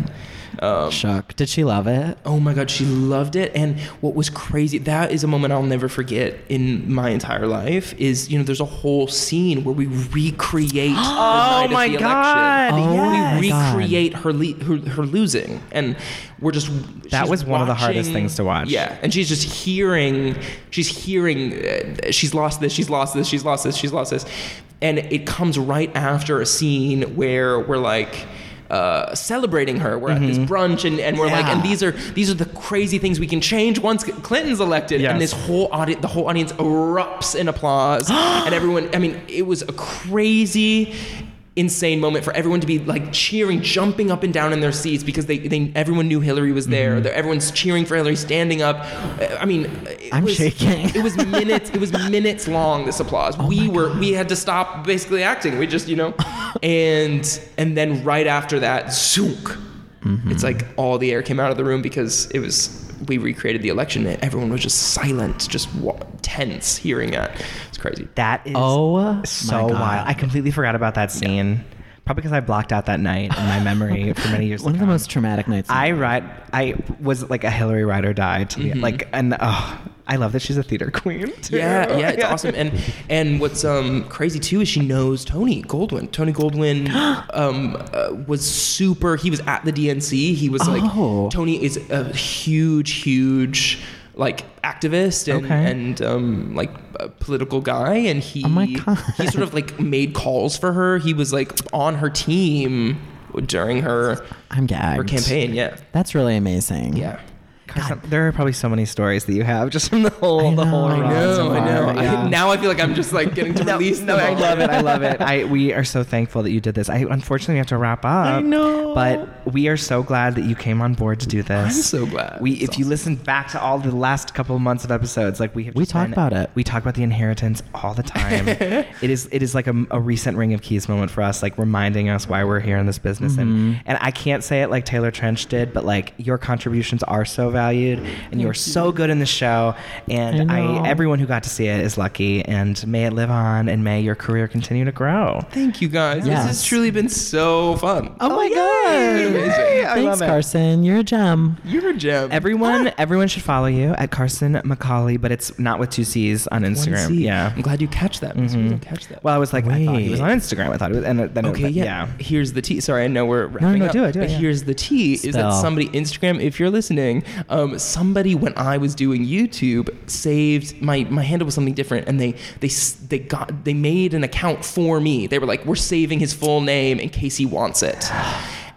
Speaker 1: Um,
Speaker 3: shook. Did she love it?
Speaker 1: oh my god, she loved it. And what was crazy, that is a moment I'll never forget in my entire life, is, you know, there's a whole scene where
Speaker 4: [GASPS]
Speaker 1: we recreate the night of
Speaker 4: Oh my
Speaker 1: the
Speaker 4: God,
Speaker 1: election.
Speaker 3: Oh yes.
Speaker 1: we
Speaker 3: my God.
Speaker 1: recreate her, le- her her losing. And we're just.
Speaker 4: That
Speaker 1: she's
Speaker 4: was one of the hardest
Speaker 1: watching-
Speaker 4: things to watch.
Speaker 1: Yeah. And she's just hearing, she's hearing, uh, she's lost this, she's lost this, she's lost this, she's lost this. And it comes right after a scene where we're like, uh, celebrating her. We're at this brunch and, and we're like,
Speaker 3: Yeah.
Speaker 1: and these are these are the crazy things we can change once Clinton's elected. And
Speaker 4: Yes.
Speaker 1: this whole audience, the whole audience erupts
Speaker 3: [GASPS]
Speaker 1: in applause. and everyone, I mean, it was a crazy insane moment for everyone to be like cheering jumping up and down in their seats because they, they everyone knew hillary was there
Speaker 3: Mm-hmm.
Speaker 1: They're- everyone's cheering for hillary standing up i mean it
Speaker 3: I'm
Speaker 1: was,
Speaker 3: shaking. Oh
Speaker 1: it was minutes
Speaker 3: [LAUGHS]
Speaker 1: it was minutes long this applause we were we had to stop basically acting we just
Speaker 3: [LAUGHS]
Speaker 1: you know and and then right after that zook it's like all the air came out of the room because it was we recreated the election and everyone was just silent just wa- tense hearing that it's crazy
Speaker 4: That is
Speaker 3: Oh,
Speaker 4: so
Speaker 3: my God.
Speaker 4: wild. I completely forgot about that scene. Probably because I blocked out that night in my
Speaker 3: [LAUGHS]
Speaker 4: memory for many years.
Speaker 3: One of the
Speaker 4: to come.
Speaker 3: most traumatic nights.
Speaker 4: I ride. I was like a Hillary ride or die to the like, and oh, I love that she's a theater queen. Too.
Speaker 1: Mm-hmm.
Speaker 4: [LAUGHS]
Speaker 1: Yeah, yeah, it's awesome. And and what's um crazy too is she knows Tony Goldwyn.
Speaker 4: [GASPS]
Speaker 1: Tony Goldwyn um uh, was super. He was at the DNC. He was
Speaker 3: Oh.
Speaker 1: like Tony is a huge, huge like activist and
Speaker 4: Okay.
Speaker 1: and um like a political guy and he
Speaker 3: Oh my God.
Speaker 1: he sort of like made calls for her he was like on her team during her
Speaker 3: I'm gagged.
Speaker 1: her campaign yeah
Speaker 3: That's really amazing.
Speaker 1: yeah
Speaker 4: Carson, there are probably so many stories that you have just from the whole,
Speaker 3: I
Speaker 4: the whole.
Speaker 3: know, I
Speaker 4: ride
Speaker 3: know,
Speaker 4: so
Speaker 3: I
Speaker 4: far.
Speaker 3: know.
Speaker 1: I-
Speaker 4: Yeah.
Speaker 1: now I feel like I'm just like getting to
Speaker 4: [LAUGHS]
Speaker 1: release
Speaker 4: No,
Speaker 1: them
Speaker 4: I
Speaker 1: all.
Speaker 4: love it. I love it. I we are so thankful that you did this. I unfortunately we have to wrap up.
Speaker 3: I know.
Speaker 4: but we are so glad that you came on board to do
Speaker 1: I'm
Speaker 4: this.
Speaker 1: so glad
Speaker 4: we, if you listen back to all the last couple of months of episodes, like we have,
Speaker 3: We
Speaker 4: just
Speaker 3: talk
Speaker 4: been-
Speaker 3: about it.
Speaker 4: We talk about the inheritance all the time. it is, it is like a, a recent Ring of Keys moment for us, like reminding us why we're here in this business.
Speaker 3: Mm-hmm.
Speaker 4: And and I can't say it like Taylor Trench did, but like your contributions are so valued, and you are so good in the show. And
Speaker 3: I know.
Speaker 4: I, everyone who got to see it is lucky, and may it live on, and may your career continue to grow.
Speaker 1: Thank you guys.
Speaker 3: Yes.
Speaker 1: This has truly been so fun.
Speaker 3: Oh, my
Speaker 1: Amazing.
Speaker 3: god.
Speaker 4: I
Speaker 3: Thanks,
Speaker 4: love it.
Speaker 3: Carson. You're a gem.
Speaker 1: You're a gem. Ah.
Speaker 4: Everyone, everyone should follow you at Carson McCauley, but it's not with two C's on
Speaker 1: One
Speaker 4: Instagram.
Speaker 1: seat.
Speaker 4: Yeah. Mm-hmm.
Speaker 1: I'm glad you catch that. because We don't catch that.
Speaker 4: Well, I was like, I thought he was
Speaker 3: Wait.
Speaker 4: on Instagram. I thought it was, and then
Speaker 1: okay,
Speaker 4: it,
Speaker 1: yeah. Here's the tea. Sorry, I know we're wrapping
Speaker 4: no,
Speaker 1: up,
Speaker 4: do it, do it,
Speaker 1: but
Speaker 4: yeah.
Speaker 1: here's the tea: is that
Speaker 3: Spell.
Speaker 1: somebody Instagram? If you're listening, um, somebody when I was doing YouTube saved my my handle was something different, and they they s- they got they made an account for me. They were like, we're saving his full name in case he wants it.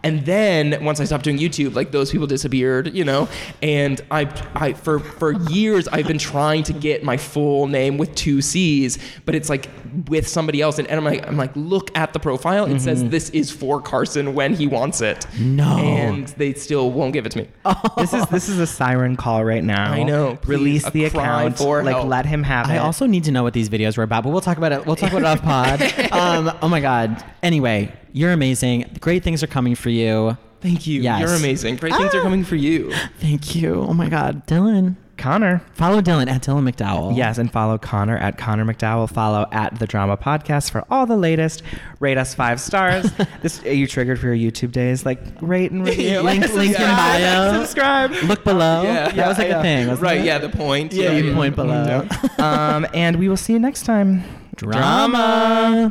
Speaker 1: And then once I stopped doing YouTube, like those people disappeared, you know. And I, I for for years I've been trying to get my full name with two C's, but it's like with somebody else. And, and I'm like, I'm like, look at the profile. It says this is for Carson when he wants it.
Speaker 3: No.
Speaker 1: and they still won't give it to me.
Speaker 4: yeah. this is this is a siren call right now.
Speaker 1: [LAUGHS] I know. Please,
Speaker 4: Release
Speaker 1: a
Speaker 4: the
Speaker 1: cry
Speaker 4: account.
Speaker 1: for
Speaker 4: like
Speaker 1: help.
Speaker 4: let him have it.
Speaker 3: I also need to know what these videos were about, but we'll talk about it. We'll talk about it off pod. Um, oh my god. Anyway, you're amazing. Great things are coming for you.
Speaker 1: Thank you.
Speaker 3: Yes.
Speaker 1: You're amazing. Great things are
Speaker 3: Ah.
Speaker 1: coming for you.
Speaker 3: Thank you. Oh my god, Dylan.
Speaker 4: Connor.
Speaker 3: Follow Dylan at Dylan McDowell.
Speaker 4: Yes, and follow Connor at Connor McDowell. Follow at the Drama Podcast for all the latest. Rate us five stars. this you triggered for your YouTube days. Like rate and [LAUGHS]
Speaker 3: [LAUGHS]
Speaker 4: review.
Speaker 1: Yeah, like
Speaker 3: Link- link in
Speaker 1: subscribe.
Speaker 4: [LAUGHS]
Speaker 3: bio.
Speaker 4: Subscribe.
Speaker 3: Look below.
Speaker 1: Yeah.
Speaker 3: that was like
Speaker 4: Yeah,
Speaker 3: a thing. Wasn't
Speaker 1: right?
Speaker 3: It?
Speaker 1: Yeah. The
Speaker 3: [LAUGHS]
Speaker 1: point.
Speaker 3: Yeah, you point below. Um,
Speaker 4: um, and we will see you next time.
Speaker 3: Drama.